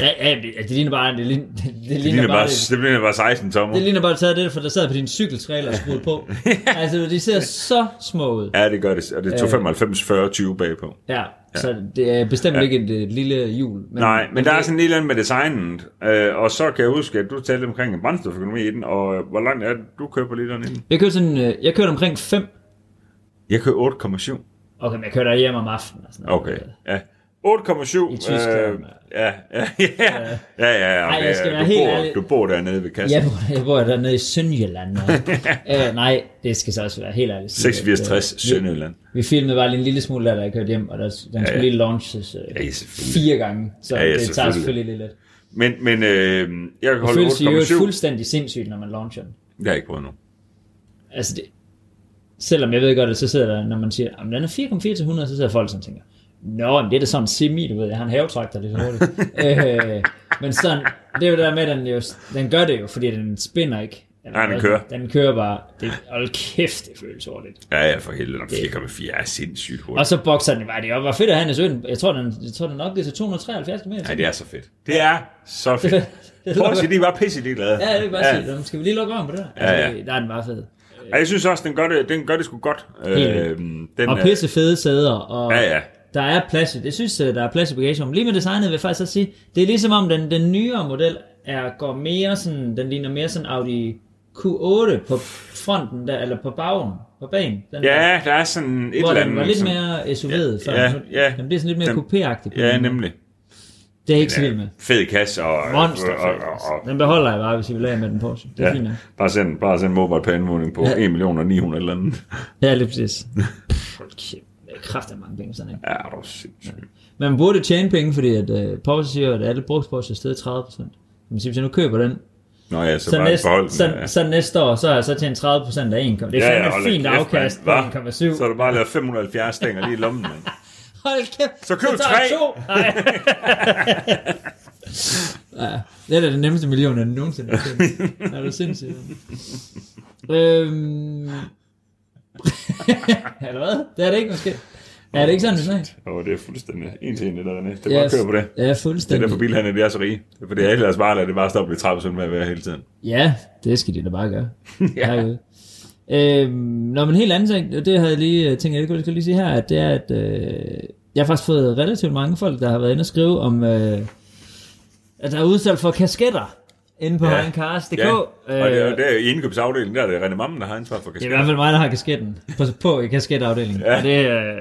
Ja, ja, det, det ligner bare, det, ligner, det, det, ligner,
Det ligner, bare,
det,
det ligner bare 16 tommer.
Det ligner bare, at du taget det, for der sad på din cykeltræler og skruet på. altså, de ser så små ud.
Ja, det gør det. Og det tog
Øh.
95, 40, 20 bagpå.
Ja, så det er bestemt ikke et øh, lille hjul. Men,
Nej, men der
det,
er sådan et eller andet med designet, øh, og så kan jeg huske, at du talte omkring en brændstoføkonomi i den, og øh, hvor langt er det, du kører på literen i den?
Jeg kørte, sådan, øh, jeg kørte omkring 5,
Jeg kører 8,7.
Okay, men jeg kører der hjem om aftenen. Og sådan noget.
Okay,
Øh,
ja. 8,7.
I Tyskland, mand.
øh, ja, ja, ja, ja, ja, ja.
Ej, jeg skal
men,
være
øh, du,
helt
bor,
ærlig.
du bor dernede ved kassen.
Jeg bor, jeg bor dernede i Sønderjylland. og- øh, nej, det skal så også være helt ærligt.
8660
Øh, vi,
Sønderjylland.
vi filmede bare lige en lille smule, da jeg kørte hjem, og der, den skulle
ja.
lige launches øh,
Ja, ja, selvfølgelig.
fire gange, så
Ja, ja,
det tager
selvfølgelig.
selvfølgelig lige lidt.
Men, men øh, jeg kan
Det
holde
føles jo
8,7.
fuldstændig sindssygt, når man launcher den.
Jeg har ikke prøvet nu.
Altså det, selvom jeg ved godt, at så sidder der, når man siger, at den er 4,4 til 100, så sidder folk sådan og tænker, Nå, men det er da sådan en semi, du ved, jeg har en havetraktor lidt hurtigt. øh, men sådan, det er jo det der med, at den, jo, den gør det jo, fordi den spinner ikke. Eller
Nej, den
noget.
kører.
Den kører bare. Det, hold kæft, det føles hurtigt.
Ja, ja, for helvede. Nå, 4,4 er sindssygt hurtigt.
Og så bokser den bare det op. Hvor fedt at han i søen. Jeg tror, den, jeg tror, den nok er til 273 km.
Nej, det er så fedt. Det er så fedt. Prøv at sige, de var pisse ligeglade.
Ja, det kan jeg bare sige. Nå, men Skal vi lige lukke om på det der?
Ja, ja.
Altså, Der er den bare fed.
Ja, jeg synes også, den gør det, den gør det sgu godt.
Helt
Øh, den,
Og
er-
pisse fede sæder. Og
Ja, ja.
Der er plads, jeg synes, øh, der er plads i bagagerummet. Lige med designet vil jeg faktisk også sige, det er ligesom om den, den nyere model er, går mere sådan, den ligner mere sådan Audi Q8 på fronten der, eller på bagen, på bagen. Den der,
Ja, der er sådan et
hvor
eller
den
andet.
var lidt
som-
mere SUV'et før.
ja,
Nu-
ja.
den bliver sådan lidt mere
Den-
coupéagtig. på
Ja,
den.
nemlig.
Det er jeg ikke så
Ja,
vild med.
Fed kasse og...
Monster.
og, og, og,
Den beholder jeg bare, hvis I vil have med den på. så Det er
ja.
ja. fint. nok.
Bare send, bare send mobile på anmodning på
Ja.
1 million og 900 eller andet.
Ja, lige præcis. Hold kæft, det er kraftigt mange penge sådan en.
Ja, det er sindssygt.
Men Man burde tjene penge, fordi at øh, Porsche siger, at alle brugte Porsche er stedet 30%. Man siger, hvis jeg nu køber den,
Nå ja, så,
så,
bare
næste,
næste, forhold.
så, så næste år, så er jeg så tjent 30% af 1,7. Det er ja, fandme
hold
et
da
fint
kæft,
afkast på
mand. Hva?
1,7.
Så har du bare lavet 570 stænger lige i lommen, mand.
Hold kæft,
Så køb
tager jeg
tre.
to. Ej. ja, det er da den nemmeste million, jeg nogensinde har tjent. Er du sindssygt? øhm... Eller hvad? Det er det ikke, måske. Er det ikke sådan, vi snakker?
Åh, det er fuldstændig en til en, det der dernede. Det er bare at køre på det.
Ja,
Det er
fuldstændig.
derfor bilhandlerne de er så rige. Det er fordi alle deres varer lader det bare stoppe ved 30 med at være hele tiden.
Ja, det skal de da bare gøre. ja. Øhm, nå, men helt anden ting, og det havde jeg lige øh, tænkt, jeg skulle lige sige her, at det er, at øh, jeg har faktisk fået relativt mange folk, der har været inde og skrive om, øh, at der er udsalg for kasketter inde på ja. Heincars.dk.
Ja. Og det, er-
Øh,
det er i indkøbsafdelingen, der er det René Mammen, der har ansvar for
det er i
kasketten.
hvert fald mig, der har kasketten på, på i kasketafdelingen.
Ja.
Ja. Og det, øh,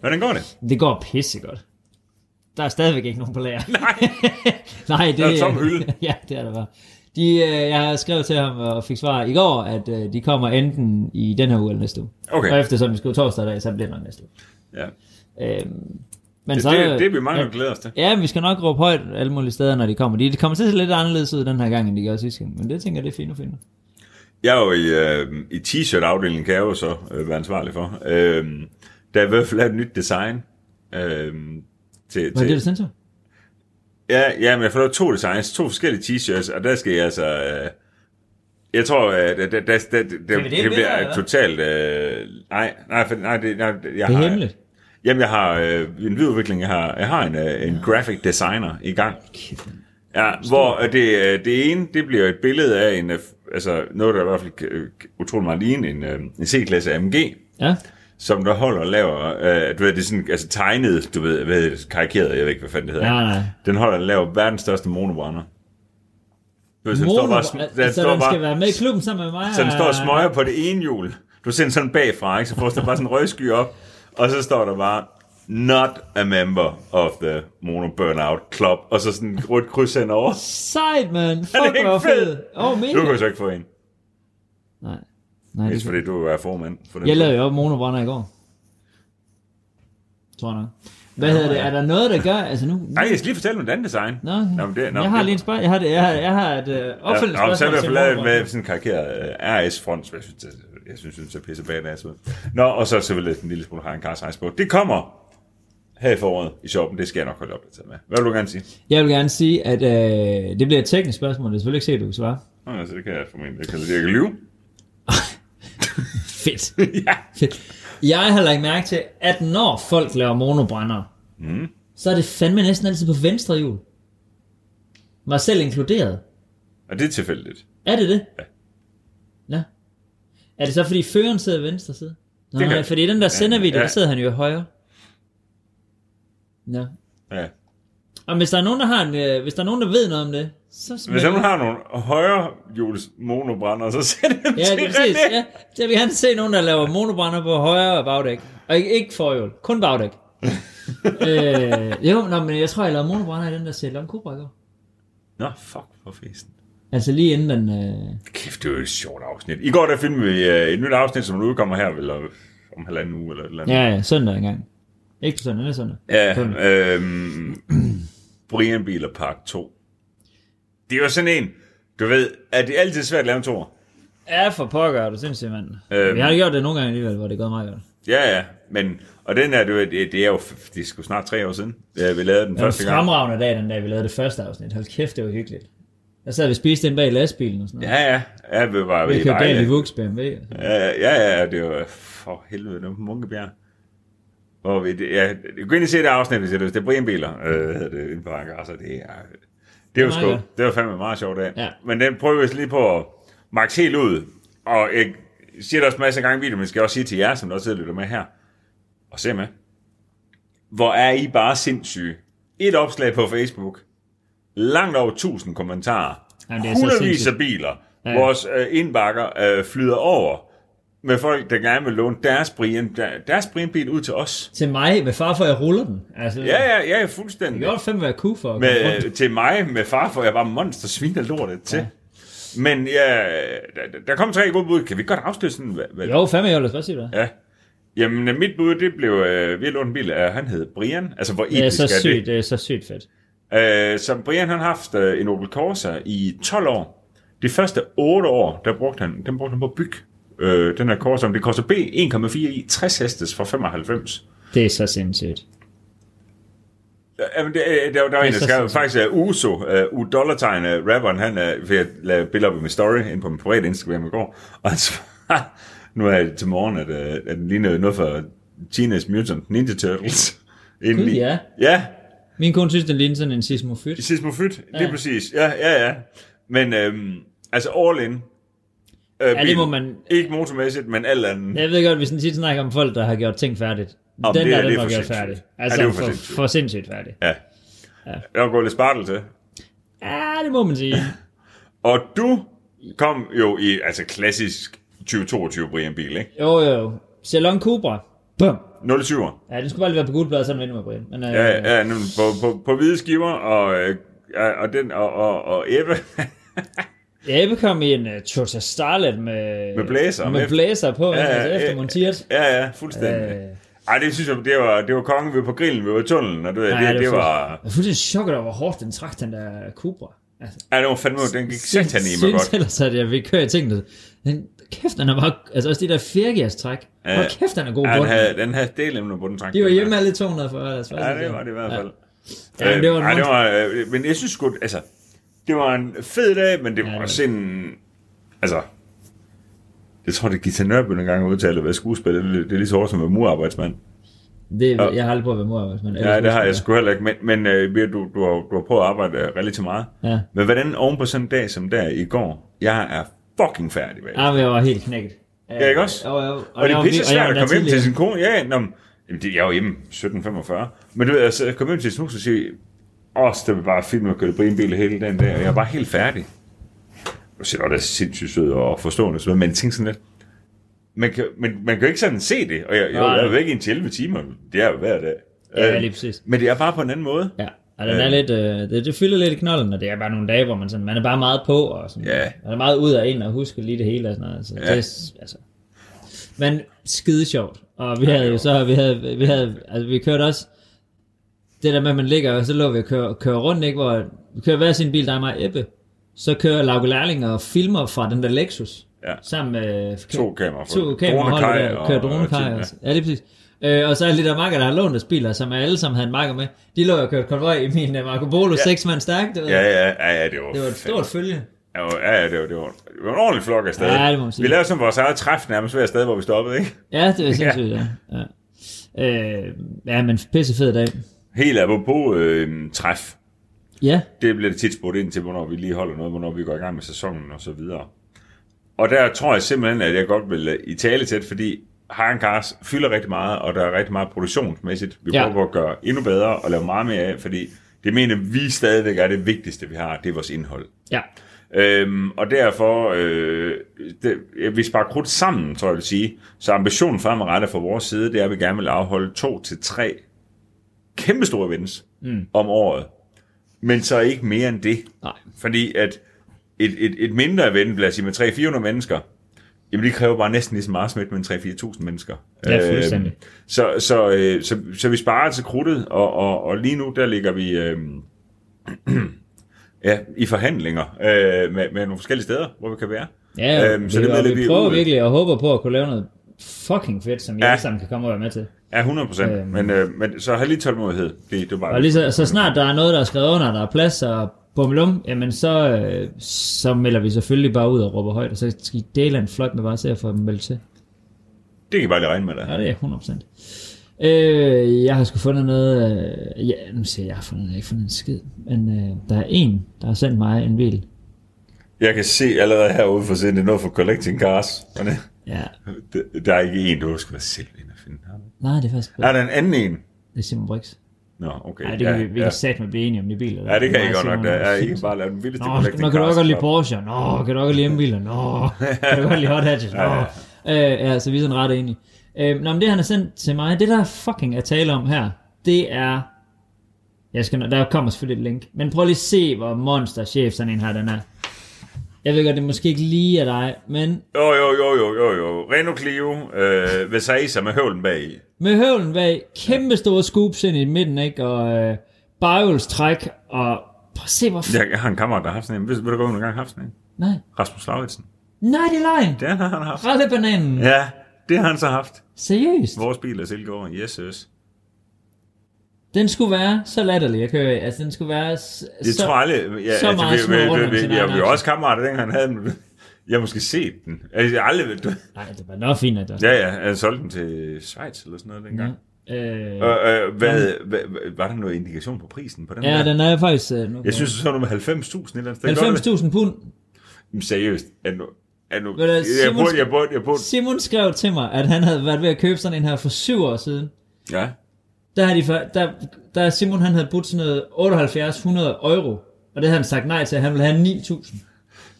Hvordan går det?
det går pissegodt. Der er stadigvæk ikke nogen på lager. Nej, Nej det,
Der er en tom hylde.
ja, det er der bare. De, øh, jeg skrev til ham og fik svar i går, at øh, de kommer enten i den her uge eller næste uge.
Okay.
Og eftersom vi skriver torsdag i dag, så bliver det nok næste uge.
Ja.
Øhm, men
Det,
så,
det, det er vi mange, der
ja,
glæder os til.
ja, vi skal nok råbe højt alle mulige steder, når de kommer. De, de kommer til at se lidt anderledes ud den her gang, end de gør sidste gang. Men det tænker jeg, det er fint og fint.
Jeg er jo i, øh, i t-shirt-afdelingen, kan jeg jo så øh, være ansvarlig for. Øh, der er i hvert fald lavet et nyt design. Øh, til,
Hvad er det, du
til,
sendte mig?
ja, ja, men jeg får lavet to designs, to forskellige t-shirts, og der skal jeg altså... Øh, jeg tror, øh, at det, det, det, det,
det
det, det
billeder,
bliver
eller hvad?
totalt... Øh, nej, nej, for, nej, det, nej, jeg
Det
har,
er hemmeligt.
Jamen, jeg har øh, en videreudvikling. Jeg har, jeg har en, øh, en graphic designer i gang. Ja, hvor øh, det, øh, det ene, det bliver et billede af en, øh, altså noget, der i hvert fald kan- øh, utrolig meget lignende, en, øh, en C-klasse AMG,
Ja,
som der holder og laver, øh, du ved, det er sådan, altså tegnet, du ved, hvad hedder det, karikeret, jeg ved ikke, hvad fanden det hedder.
nej, nej.
Den holder og laver verdens største monobrænder. Du ved, så den står
Mono,
bare,
altså,
sm- den
så
står
den skal
bare,
være med i klubben sammen med mig.
så den står og
og-
smøger på det ene hjul. Du ser den sådan bagfra, ikke? så får den bare sådan en røgsky op, og så står der bare, not a member of the Mono Burnout Club, og så sådan et rødt kryds hen over.
Sejt, man. Fuck,
ikke
hvor
fed?
fed. Åh, oh, mega.
Du kan jo så ikke få en.
Nej. Nej,
Mest
det
fordi du er formand for den.
jeg lavede jo op monobrænder i går. Tror jeg nok. Hvad hedder det? Er der noget, der gør... Altså nu...
Nej, jeg skal lige fortælle om et andet design.
Nå, okay.
Nå, men det, nå,
jeg har
det-
lige en spørg... Jeg har, det, jeg har, jeg har et øh, opfølgende
Ja, nå,
spørgsmål.
så er jeg
til
forladet
monobrænder.
med sådan en karikeret uh, RS-front, som jeg synes, det, jeg synes, det ser pisse badass ud. Nå, og så selvfølgelig en lille smule har en karsrejse på. Det kommer her i foråret i shoppen. Det skal jeg nok holde opdateret med. Hvad vil du gerne sige?
Jeg vil gerne sige, at øh, det bliver et teknisk spørgsmål. Det er selvfølgelig ikke sikkert, du kan svare.
Nå, altså, det kan jeg formentlig. Jeg kan, jeg kan lyve.
Fedt.
ja.
Fedt. Jeg har lagt mærke til, at når folk laver monobrænder, mm. så er det fandme næsten altid på venstre hjul. Mig selv inkluderet.
Og det er tilfældigt.
Er det det?
Ja.
Nå. Er det så, fordi føreren sidder i venstre side? Nå,
Det
det
kan-
nej, fordi den der sender vi,
ja.
der sidder han jo i højre. Nå.
Ja.
Og hvis der er nogen, der har en, øh, hvis der er nogen, der ved noget om det, Så
Hvis
smager
han nu har nogle højre hjuls monobrænder, så sæt dem
Ja,
til
det er præcis.
René.
Ja, det vil han se nogen, der laver monobrænder på højre bagdæk. Og ikke, ikke forhjul, kun bagdæk. øh, jo, nå, men jeg tror, jeg lavede monobrænder i den der Ceylon Cobra i går.
Nå, fuck for festen.
Altså lige inden den... Øh...
Kæft, det er jo et sjovt afsnit. I går der filmede vi øh, et nyt afsnit, som udkommer her vel, øh, om halvanden uge eller et eller andet.
Ja, ja, søndag engang. Ikke på søndag, men søndag.
Ja,
Sådan.
øhm, Brian Biler Park 2. Det er jo sådan en, du ved, at det er altid svært at lave en tor.
Ja, for pokker, er du sindssygt, mand.
Øhm.
Øhm. Vi har gjort det nogle gange alligevel, hvor det er gået meget godt.
Ja, ja, men, og den her, du ved, det, det er jo, f- det er sgu snart tre år siden, ja, vi lavede den
Det var
første
en
gang.
fremragende dag, den dag, vi lavede det første afsnit. Hold kæft, det var hyggeligt. Jeg sad og vi spiste den bag i lastbilen og sådan noget.
Ja, ja, ja, vi var
Ja,
ved
vi kørte galt i
Vejle.
Vux BMW. altså.
Ja, ja, ja, ja, det var, for helvede, det var på Munkebjerg. Hvor vi, det, ja, gå ind og se det afsnit, hvis jeg har lyst. Det er Brian Biler, øh, hedder det, inde på Anker, altså det er, det er jo
meget
sgu,
godt.
det var fandme en meget sjov dag.
Ja.
Men den prøver vi så lige på at maxe helt ud, og jeg siger det også masser af gange i videoen, men skal også sige til jer, som der også sidder og lytter med her, og se med, hvor er I bare sindssyge. Et opslag på Facebook, langt over 1000 kommentarer,
Jamen, det er så
hundredvis
sindssygt.
af biler, ja. vores øh, indbakker øh, flyder over med folk, der gerne vil låne deres Brian, der- deres Brian-bil ud til os.
Til mig, med far for, jeg ruller den. Altså,
Ja, ja, ja,
Jeg
fuldstændig.
gjorde fem, hvad jeg kunne for at komme rundt.
Med, øh, til mig med far, for jeg var monster sviner lortet til. Men ja, der, der kom tre gode bud. Kan vi godt afsløre sådan? Hvad, hvad?
Jo, fandme, jeg vil da godt sige det.
øh, Ja. Jamen, øh, mit bud, det blev, øh, vi har lånt en bil af, han hed Brian. Altså, hvor
Det er
episk
så
er det?
sygt, det er så sygt fedt.
Øh, så Brian han har haft øh, en Opel Corsa i 12 år. De første 8 år, der brugte han, den brugte han på byg. Øh, den her Corsa, men det koster B 1,4 i 60 hestes fra 95.
Det er så sindssygt.
Ja, Jamen, det, øh, der, der var en, der
så
skrev,
sindssygt.
faktisk er Uso, uh, U-dollartegn, uh, rapperen, han er ved at lave billeder op i min story, ind på min private Instagram i går, og han svarer, nu er det til morgen, at, øh, at den ligner noget for Teenage Mutant Ninja Turtles. Indeni.
ja.
Ja,
Min kone synes, den ligner sådan en sismofyt.
Sismofyt, ja. lige præcis. Ja, ja, ja. Men øhm, altså all in. Øh,
det
bil.
må man-
Ikke motormæssigt, men alt andet. Ja.
Jeg ved godt, hvis den tit snakker om folk, der har gjort ting færdigt.
Om
Om den
det er-
der, den
det er
var
for
gjort
sindssygt.
færdig.
Ja,
Altså,
det er jo
for,
for
for,
sindssygt.
for sindsigt færdig.
ja. Der var gået lidt spartel til.
Ja, det må man sige.
Og du kom jo i altså klassisk 2022 Brian Bil, ikke?
Jo, jo, jo. Salon Cobra. Bum.
07'er.
Ja, den skulle bare lige være på gult blad, sådan vender med Brian. Men, øh,
Ja, ja, ja nemlig på, på, på hvide skiver, og, øh, ja, og, den, og, og, og Ebbe.
ja. Ebbe kom i en uh, Toyota Starlet med,
Med blæser.
med
Efter-
blæser på, ja, altså,
ja,
efter
ja.
monteret.
ja, ja, fuldstændig.
Øh.
Ej, det synes jeg, det var, det var kongen, vi var på grillen, vi var i tunnelen, og du ved, det, det, det var...
Jeg er fuldstændig chokket over, hvor hårdt den trak, den der Cobra. Altså,
Ja, det var fandme, den gik satan i mig
Synes
godt.
ellers, at jeg vil køre i tingene. Men kæft, han er bare... Altså også det der fjergejerstræk.
Ja.
Ja. Hvor kæft, han er god på
Ja, den
den.
havde, den havde delemner på den træk.
De var hjemme alle 240. Deres
Ja, det var det i hvert fald.
Ja, men det var en
Ej, det
monster.
var, øh, men jeg synes sgu, altså, det var en fed dag, men det var
det var
også en, altså, jeg tror, det Gita Nørby en gang udtalte, at være skuespiller, det, er- det er lige så hårdt som at være murarbejdsmand.
Det, jeg har aldrig prøvet at være mor. Men
Ja, det har jeg sgu heller ikke, men, men øh, Birgit, du, du, har, du har prøvet at arbejde øh, relativt meget.
Ja.
Men hvordan oven på sådan en dag som der i går, jeg er fucking færdig med.
Ja, men jeg var helt knækket.
Ja, ikke også?
Jo, jo. Og,
Og, og det er
jeg var-
pisse
og jeg var
svært at
der
komme hjem til
tidligere.
sin kone. Ja, ja, nå, men- jamen, det, jeg var hjemme 17.45. Men du ved, altså, jeg kom hjem til sin hus og siger, også der vil bare filme og køre på en bil hele den der, og jeg var helt færdig. Og så det er sindssygt sød og forstående, og sådan noget, men jeg tænkte sådan lidt, man kan, men man kan jo ikke sådan se det, og jeg, jeg,
Nej.
jeg er væk i en til 11 timer, det er jo hver dag.
Ja,
Øh,
lige præcis.
Men det er bare på en anden måde.
Ja, og den er lidt, øh, det, det fylder lidt i knolden, og det er bare nogle dage, hvor man, sådan, man er bare meget på, og sådan,
Ja.
man er meget ud af en og husker lige det hele. Og sådan noget, så ja. det, er s- altså. Men skide sjovt. Og vi havde jo så, vi havde, vi havde, altså vi kørte også, det der med, at man ligger, og så lå vi og kører, kører rundt, ikke, hvor vi kører hver sin bil, der er mig og Ebbe. Så kører Lauke Lærling og filmer fra den der Lexus.
Ja.
Sammen med
To kameraer.
to kameraer
Dronekaj
der, og kører dronekaj.
og-
Og, ja, det er præcis. Øh, og så er det der makker, der har lånt os biler, som jeg alle sammen havde en makker med. De lå og kørte konvoj i min uh, Marco Polo, ja. seks mand stærk. Det var,
Ja, ja, ja, ja, det var,
det var et
fandme-
stort følge.
Ja, ja, ja, det var, det var, det var en ordentlig flok af sted.
Ja, det må man sige.
Vi lavede sådan vores eget træf nærmest hver sted, hvor vi stoppede, ikke?
Ja, det var sindssygt, ja. ja. Øh, ja, men pisse fed dag.
Helt apropos øh, træf.
Ja,
Det bliver det tit spurgt ind til, hvornår vi lige holder noget, hvornår vi går i gang med sæsonen og så videre. Og der tror jeg simpelthen, at jeg godt vil øh, i tale til, fordi Hagen Cars fylder rigtig meget, og der er rigtig meget produktionsmæssigt. Vi
Ja.
prøver på at gøre endnu bedre og lave meget mere af, fordi Det mener vi stadigvæk er det vigtigste, vi har, det er vores indhold.
Ja.
Øhm, og derfor, øh, det, ja, vi sparer krudt sammen, tror jeg, jeg vil sige. Så ambitionen fremadrettet fra vores side, det er, at vi gerne vil afholde to til tre kæmpestore events mm. om året. Men så ikke mere end det.
Nej.
Fordi at et, et, et mindre event, lad os sige med 300-400 mennesker, jamen de kræver bare næsten lige så meget smidt med 3-4.000 mennesker.
Ja, fuldstændig.
Øh, så, så, øh, så, så vi sparer til krudtet, og, og, og lige nu der ligger vi øh, ja, i forhandlinger øh, med, med nogle forskellige steder, hvor vi kan være.
Ja,
Øhm,
øhm,
så
så
det
det
med, at
vi,
vi
vi
er
prøver
ude.
virkelig og håber på at kunne lave noget fucking fedt, som I
Ja.
ja. alle sammen kan komme og være med til.
Ja, 100 procent.
Øhm.
Men, øh, men så have lige tålmodighed. Det, det er bare,
Og lige så, så snart der er noget, der er skrevet under, der er plads og bumlum, jamen så, øh, så melder vi selvfølgelig bare ud og råber højt, og så skal I dele en flok med bare til at få dem meldt til.
Det kan I bare lige regne med dig.
Ja, det er 100%. Øh, jeg har sgu fundet noget... Øh, ja, nu siger jeg, jeg har fundet, jeg har ikke fundet en skid. Men øh, der er en, der har sendt mig en bil.
Jeg kan se allerede herude for siden, det er noget for collecting cars. Og det,
Ja.
det- der er ikke en, du skal være selv ind og finde. Er
Nej, det er faktisk...
der- Er der en anden en?
Det er Simon Brix.
Nå, okay.
Nej, det kan ja, vi, vi kan ja. satme blive enige om de biler. der.
Ja, det kan jeg
Mig og
godt nok.
Simon
Der.
er
Jeg ikke
sindssygt.
bare lave den vildeste
Nå, skal, nå, kan du også godt lide Porsche? Nå, kan du også godt lide M-biler? Nå, kan du godt lide hot hatches? Nå.
Ja,
Ja, ja. Øh, ja, så vi er sådan ret enige. Øh, nå, men det han har sendt til mig, det der fucking er tale om her, det er... Jeg skal, der kommer selvfølgelig et link. Men prøv lige at se, hvor monsterchef sådan en her den er. Jeg ved godt, det måske ikke lige er dig, men
Jo, jo, jo, jo, jo, jo. Renault Clio, øh, Versace med høvlen bag i.
med høvlen bag, kæmpe store scoops ind i midten, ikke? Og øh, baghjulstræk, og prøv at se, hvor... F-
Jeg har en kammerat, der har haft sådan en. Ved, ved du godt, hun engang har haft sådan en?
Nej,
Rasmus Lauritsen.
nej, det er løgn.
Det har han haft.
Rallebananen. Ja.
Ja, det har han så haft.
Seriøst?
Vores bil er Silkeborg. Yes, yes.
Den skulle være så latterlig at køre i. Altså, den skulle være... s-
Det
så,
tror jeg aldrig. Ja, altså,
så meget
vi,
snor rundt om
vi, vi,
sin
vi,
egen
vi, vi,
akse.
også kammerater, dengang han havde den. Jeg har måske set den. Altså, jeg har aldrig, du,
Nej, det var nok fint, at der...
ja, ja, han solgte den til Schweiz eller sådan noget dengang.
Øh,
Ja. Og, øh, hvad, hvad, hvad, var der noget indikation på prisen på den
ja,
der?
den er faktisk... Øh, nu,
Jeg synes, det var noget med 90.000 et eller andet sted. Gør det?
90.000 pund.
Jamen, seriøst. Er nu, er nu,
Ved du,
jeg, jeg,
Simon-
burde, jeg, burde, jeg burde,
Simon skrev til mig, at han havde været ved at købe sådan en her for syv år siden.
ja.
Der, har de, fa- der, der Simon han havde budt sådan noget 7800 euro. Og det havde han sagt nej til, han ville have 9.000.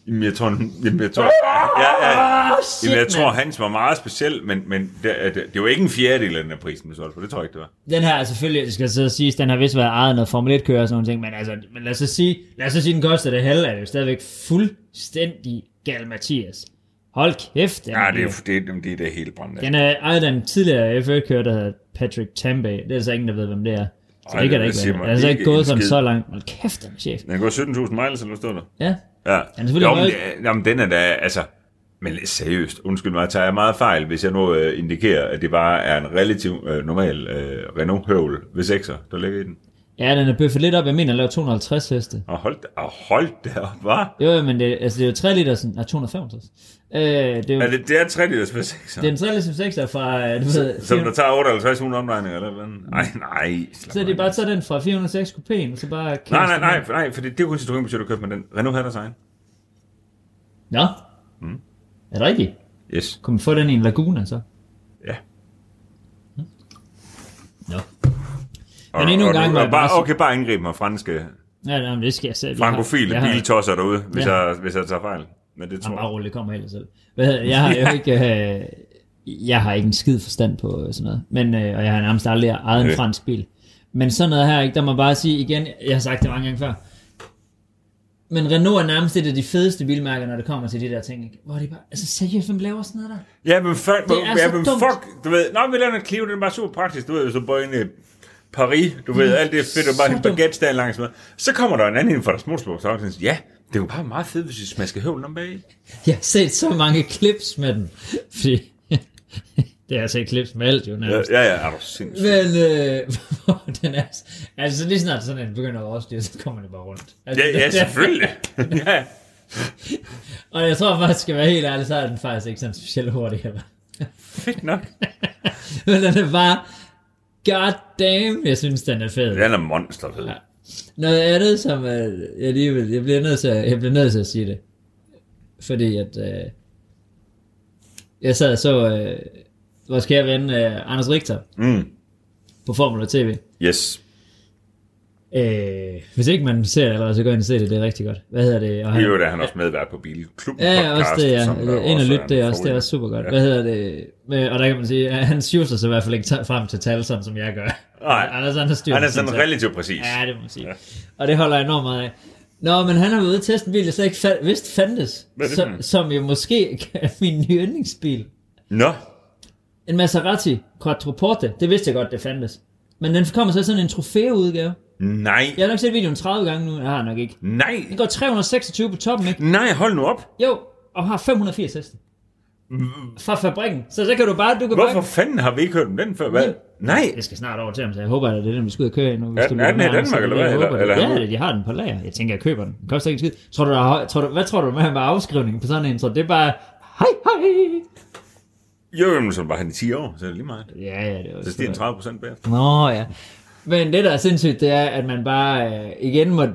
Jamen, jeg tror, jamen, jeg tror, ja, ja.
Ah, shit,
Jamen, jeg tror,
mand.
hans var meget speciel, men, men det, det, det var ikke en fjerdedel af den her prisen, vi solgte for. Det tror jeg ikke, det var.
Den her er selvfølgelig, det skal så siges, den har vist været ejet af noget Formel 1 kører og sådan nogle ting, men, altså, men lad, os så sige, lad os så sige, den koster det halve, er det jo stadigvæk fuldstændig gal Mathias. Hold kæft, den,
Ja,
er
det
dyr.
er, det, det, det er da helt brændende.
den er ejet af en tidligere F1 kører, der hedder Patrick Tambay. Det er altså ingen, der ved, hvem det er. Så
Ej,
Ej, det kan
det
da ikke
siger
være.
mig
Den er altså ikke
ikke en
gået sådan
skid.
så langt. Hold kæft, den er chef.
Den går 17.000 miles, eller hvad står der?
Ja,
Ja.
er selvfølgelig
jo, men,
høj.
det- jamen, den er da, altså... Men seriøst, undskyld mig, tager jeg meget fejl, hvis jeg nu øh, indikerer, at det bare er en relativt øh, normal øh, Renault høvl ved 6'er, der ligger i den.
ja den er bøffet lidt op. Jeg mener, den laver 250 heste.
Og hold, da- og hold da op, hva'?
Jo, jo, men det, altså, det er jo 3 liter, sådan, nej, 265. Øh, det er jo,
Er det, det er 3 liters ved 6'er?
det er en 3 liter 6 fra, øh, du ved,
Som der tager 5800 omdrejninger eller hvad? Nej, nej. slap
Mm. Så
nu
det er
af.
bare tage den fra 406 kupéen, og så bare kaste
Nej, nej,
den
nej,
ned.
for, nej, for det, det er jo kun situationen, hvis du købte med den. Renault havde deres egen.
Nå?
Mm.
Er det rigtigt?
Yes.
Kunne man få den i en laguna så?
Ja.
Nå.
Og,
endnu en
og-
gang
og
var det
bare,
også-
Okay, bare indgrib mig franske,
Ja, nej, men det skal jeg selv. Jeg har-
frankofile
jeg har-
biltosser derude, hvis,
Ja.
jeg, hvis jeg tager fejl. Men det
Jamen,
tror
bare
jeg.
roligt, det kommer helt af selv. Hvad hedder det? Jeg har jo ikke... Øh, jeg har ikke en skid forstand på øh, sådan noget. Men, øh, og jeg har nærmest aldrig ejet en
Okay.
fransk bil. Men sådan noget her, ikke, der må jeg bare sige igen, jeg har sagt det mange gange før, men Renault er nærmest et af de fedeste bilmærker, når det kommer til de der ting. Ikke? Hvor er det bare, altså seriøst, hvem laver sådan noget der?
Ja, men fuck,
Det er
ja,
så
men
dumt.
fuck du ved, når vi laver en Clio, den er bare super praktisk, du ved, hvis du bor inde i Paris, du ved, alt det er fedt, og bare
Mm. så
en baguette der langs med. Så kommer der en anden inden for deres motorsport, og siger, ja, det er jo bare meget fedt, hvis vi smasker høvlen om bag.
Jeg har set så mange clips med den. Fordi, det er altså set clips med alt jo
Ja,
nærmest.
ja, ja, er du sindssygt.
Men øh, hvor den er, altså lige snart sådan en begynder at overstyre, så kommer det bare rundt. Altså,
Ja, ja,
det-
selvfølgelig. ja.
Og jeg tror faktisk, skal være helt ærlig, så er den faktisk ikke sådan specielt hurtig heller.
Fedt nok.
Men den er bare, god damn, jeg synes den er fed.
Den er monster fed.
Noget andet, som øh, jeg lige vil, jeg bliver nødt til at, jeg bliver nødt til at sige det. Fordi at, øh, jeg sad og så øh, vores kære ven øh, Anders Richter
Mm.
på Formula TV.
Yes.
Øh, hvis ikke man ser det allerede, så går ind og se det, det er rigtig godt. Hvad hedder det? Og
I øvrigt er han også medvært på Bilklubben
Ja, ja, også
podcast,
det, ja.
som der
Ind og
også
lytte
er
det
en
også, det er
forrygende.
også super godt.
Ja.
Hvad hedder det? Men- Og der kan man sige, at han syvser sig i hvert fald ikke ta- frem til tal, sådan som jeg gør.
Nej.
Anders, han har styr
Han er
på sine
sådan
tal.
relativt præcis.
Ja, det må man sige. Ja. Og det holder jeg enormt meget af. Nå, men han har været ude at teste en bil, jeg slet ikke fa- vidste fandtes.
Hvad er det for
Som,
en?
som jo måske er min nye yndlingsbil.
Nå,
En Maserati Quattroporte. Det vidste jeg godt, det fandtes. Men den kommer så i sådan en trofæudgave.
nej,
Jeg har nok set videoen 30 gange nu. Jeg har nok ikke.
nej,
Den går 326 på toppen, ikke?
nej, hold nu op.
Jo, og har 580 heste. Fra fabrikken. Så så kan du bare... Du kan
Mm. Hvorfor
Bare,
fanden har vi ikke hørt om den før? Hvad? Nej,
jeg skal snart over til ham, så jeg håber, at det er den, vi skal ud og køre i nu. Hvis
Er
du
den-
bliver
er den i
med, Anders,
Danmark,
så
eller
det er
hvad?
det, jeg
Eller-
håber.
eller-
Ja, de har den på lager. Jeg tænker, jeg køber den. Den koster ikke en skid. Tror du, der er, høj- tror du, hvad tror du med, med afskrivningen på sådan en? Tror du, det er bare... Hej, hej!
jo, jamen, så var han i 10 år, så er det lige meget.
Ja, ja, det var
Så stiger den 30 procent bagefter.
Nå ja. Men det, der er sindssygt, det er, at man bare øh, igen må...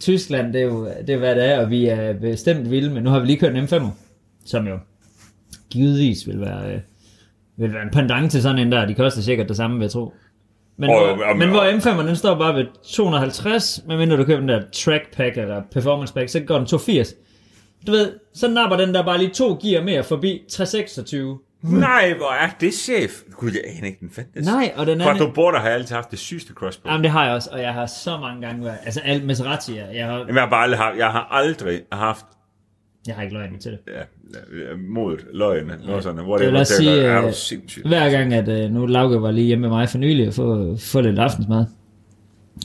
Tyskland, det er jo det er, hvad det er, og vi er bestemt vilde, men nu har vi lige kørt en M5, som jo givetvis vil være, øh, vil være en pendant til sådan en der. De koster sikkert det samme, vil jeg tro. Men,
Og-
hvor,
og-
men hvor M5'eren, den står bare ved 250, medmindre du køber den der track pack eller performance pack, så går den 280. Du ved, så napper den der bare lige to gear mere forbi 326.
Nej, hvor er det chef? Gud, jeg aner ikke, den fandtes.
Nej, og den anden...
Quattroporter har jeg altid haft det sygeste cross på.
Jamen det har jeg også, og jeg har så mange gange været, altså alt Maserati, jeg, jeg, har,
Jamen, jeg har, bare aldrig haft, jeg har aldrig haft
jeg har ikke løgn til det.
ja, modet, løgn, noget sådan, hvor
Det
det
vil
er,
også
sige,
sige,
er du
øh,
sindssygt.
Hver gang, at øh, nu Lauke var lige hjemme med mig for nylig og få, få lidt aftensmad,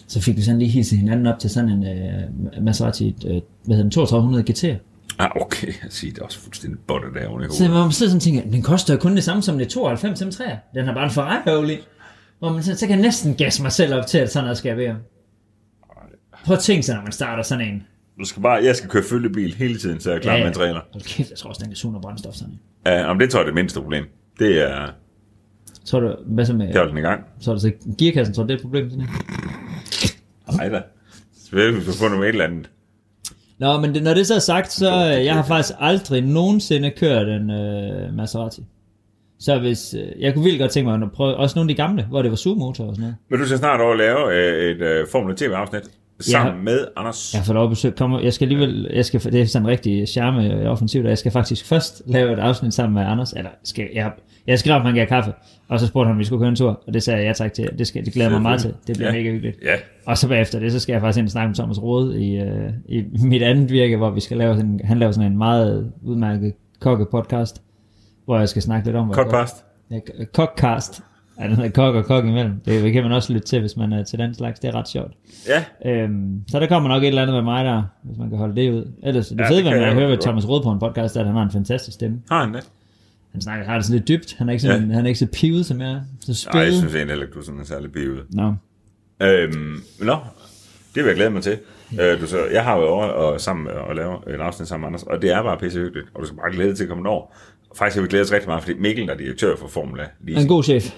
så fik vi sådan lige hisset hinanden op til sådan en øh, Maserati, øh, hvad hedder den, 3200 GT.
Ah, okay, jeg siger, det er også fuldstændig botter der oven i
Så
hovedet.
hvor man sidder sådan og tænker, den koster jo kun det samme som det 92 m 3 Den har bare en Ferrari i. Hvor man så, så kan jeg næsten gasse mig selv op til, at sådan noget skal jeg være. Prøv at tænke sig, når man starter sådan en.
Du skal bare, jeg skal køre følgebil hele tiden, så jeg er klar ja, med en træner.
Hold kæft, jeg tror også, den kan suge noget brændstof sådan en.
Ja, om det tror jeg er det mindste problem. Det er,
Tror du, hvad så med,
det holder den i gang.
så er det så gearkassen, tror du, det er et problem sådan en?
Nej da. Selvfølgelig, hvis du får noget med et eller andet.
Nå, men det, når det så er sagt, så øh, jeg har faktisk aldrig nogensinde kørt en øh, Maserati. Så hvis, øh, jeg kunne vildt godt tænke mig at prøve, også nogle af de gamle, hvor det var sugemotor og sådan noget.
Men du skal snart over at lave øh, et øh, Formel TV-afsnit sammen
Ja.
med Anders.
Jeg har fået lov at besøge, kommer, jeg skal alligevel, jeg skal, det er sådan en rigtig charme øh, offensivt, og jeg skal faktisk først lave et afsnit sammen med Anders, eller skal, jeg, jeg skrev, om han gav kaffe, og så spurgte han, om vi skulle køre en tur, og det sagde jeg ja tak til, det, skal, det glæder jeg mig meget til, det bliver
Ja.
ja. mega hyggeligt.
Ja.
Og så bagefter det, så skal jeg faktisk ind og snakke med Thomas Rode i, øh, i mit andet virke, hvor vi skal lave sådan, han laver sådan en meget udmærket kokke-podcast, hvor jeg skal snakke lidt om... hvor-
Podcast.
Ja, k- Kokcast. Ja, den hedder kok og kok imellem. Det kan man også lytte til, hvis man er til den slags. Det er ret sjovt.
Ja.
Øhm, så der kommer nok et eller andet med mig der, hvis man kan holde det ud. Ellers, det
Ja,
ja,
det
fede,
kan
ved, når
jeg
jeg
godt
hører ved
forstå.
Thomas Rode på en podcast, er, at han har en fantastisk stemme.
Har han det?
Han snakker, har det sådan lidt dybt. Han er ikke, sådan, han er ikke så pivet, som jeg er. Så
Nej, jeg
spillet.
synes egentlig heller ikke, du er sådan en særlig bivet.
Nå,
Øhm, nå, det vil jeg glæde mig til. Øh, du, så, jeg har været over og, sammen, og lave en afsnit sammen med Anders, og det er bare pisse hyggeligt, og du skal bare glæde dig til at komme over. Faktisk har vi glædet os rigtig meget, fordi Mikkel er direktør for Formula
han er
Leasing.
en god chef.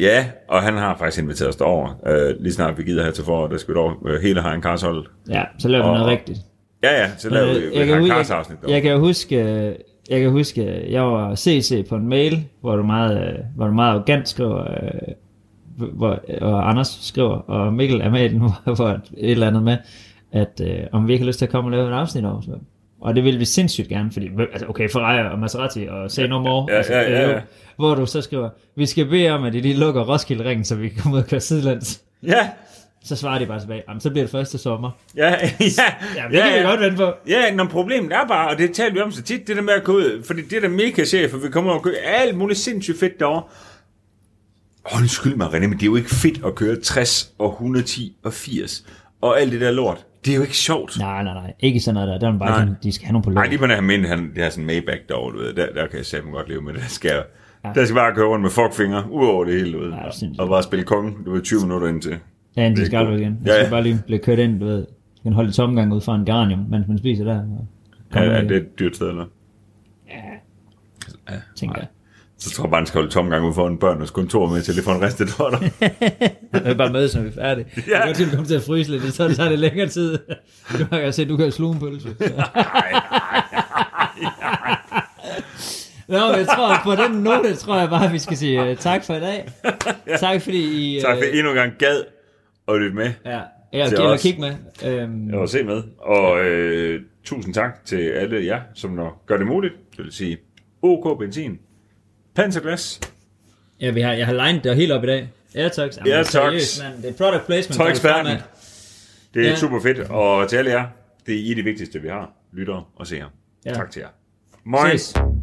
Ja, og han har faktisk inviteret os derover. Øh, lige snart vi gider her til foråret, der skal vi over øh, hele Heine Karsholdet.
Ja, så laver vi
Og-
noget rigtigt.
Ja, ja, så laver vi et
jeg, kan,
Heine
hu-
Kars
jeg,
afsnit
jeg
derovre.
kan jo huske, øh, jeg kan huske, øh, jeg var CC på en mail, hvor du meget, øh, hvor du meget arrogant skriver, øh, hvor, øh, og Anders skriver, og Mikkel er med i den, hvor hvor et eller andet med, at øh, om vi ikke har lyst til at komme og lave et afsnit over. Så. Og det vil vi sindssygt gerne, fordi, hvem- altså okay, Ferrari og Maserati og Say No More,
ja,
altså,
ja, ja,
øh, jo,
ja.
hvor du så skriver, vi skal bede om, at de lige lukker Roskilde-ringen, så vi kan komme ud og køre sidelands.
Ja,
Så svarer de bare tilbage, jamen så bliver det første sommer.
ja, ja.
Jamen, det ja, kan vi godt vente på.
Ja, når problemet er bare, og det taler vi om så tit, det der med at gå ud, fordi det der mega chef, for vi kommer over og kører alt muligt sindssygt fedt derovre. Åh, Undskyld mig, René, men det er jo ikke fedt at køre 60 og 110 og 80 og alt det der lort. Det er jo ikke sjovt.
Nej, nej, nej. Ikke sådan noget der. Der er bare
Nej.
sådan, de skal have nogle på
Nej,
lån.
lige på den her mind, han, det her sådan Maybach derovre, du ved, der, der kan jeg sammen godt leve med det. Der skal, jeg, der skal jeg bare køre rundt med fuckfinger, ud over det hele, du ved,
det er sindssygt.
og bare spille kongen, du ved, 20 minutter indtil.
Ja, de
Det
skal
er
aldrig
godt.
igen. De
Ja,
skal
ja.
bare lige blive kørt ind, du ved. De kan holde tomgang ud fra en garnium, mens man spiser der. og
Ja,
kommer
er
igen,
det et dyrt sted, eller?
Tænker jeg.
Så tror jeg bare, han skal holde tomgang ud foran børnenes kontor med til lige for en ristet dotter.
Jeg vil bare mødes, når vi er færdige. Ja. Jeg kan godt til, at komme til at fryse lidt, så tager det længere tid. Du har jeg set, du kan sluge en pølse. Nå, men jeg tror, på den note, tror jeg bare, vi skal sige øh, uh, tak for i dag. Tak fordi I... Uh,
Tak for at I endnu en gang gad at lytte med.
Ja, Ja, og
til
gælder
os.
kigge med. Øhm,
at se med. Og øh, tusind tak til alle jer, som når, gør det muligt. Det vil sige OK Benzin, Panserglas,
ja, vi har, jeg har legnet det helt op i dag. Airtox. Jamen,
Airtox.
seriøst, mand. Det er product placement.
Tøj eksperten. Det er
Ja.
ja. super fedt. Og til alle jer, det er I det vigtigste, vi har. Lyttere og seere.
Ja.
Ja. Tak til jer. Moin.
Ses.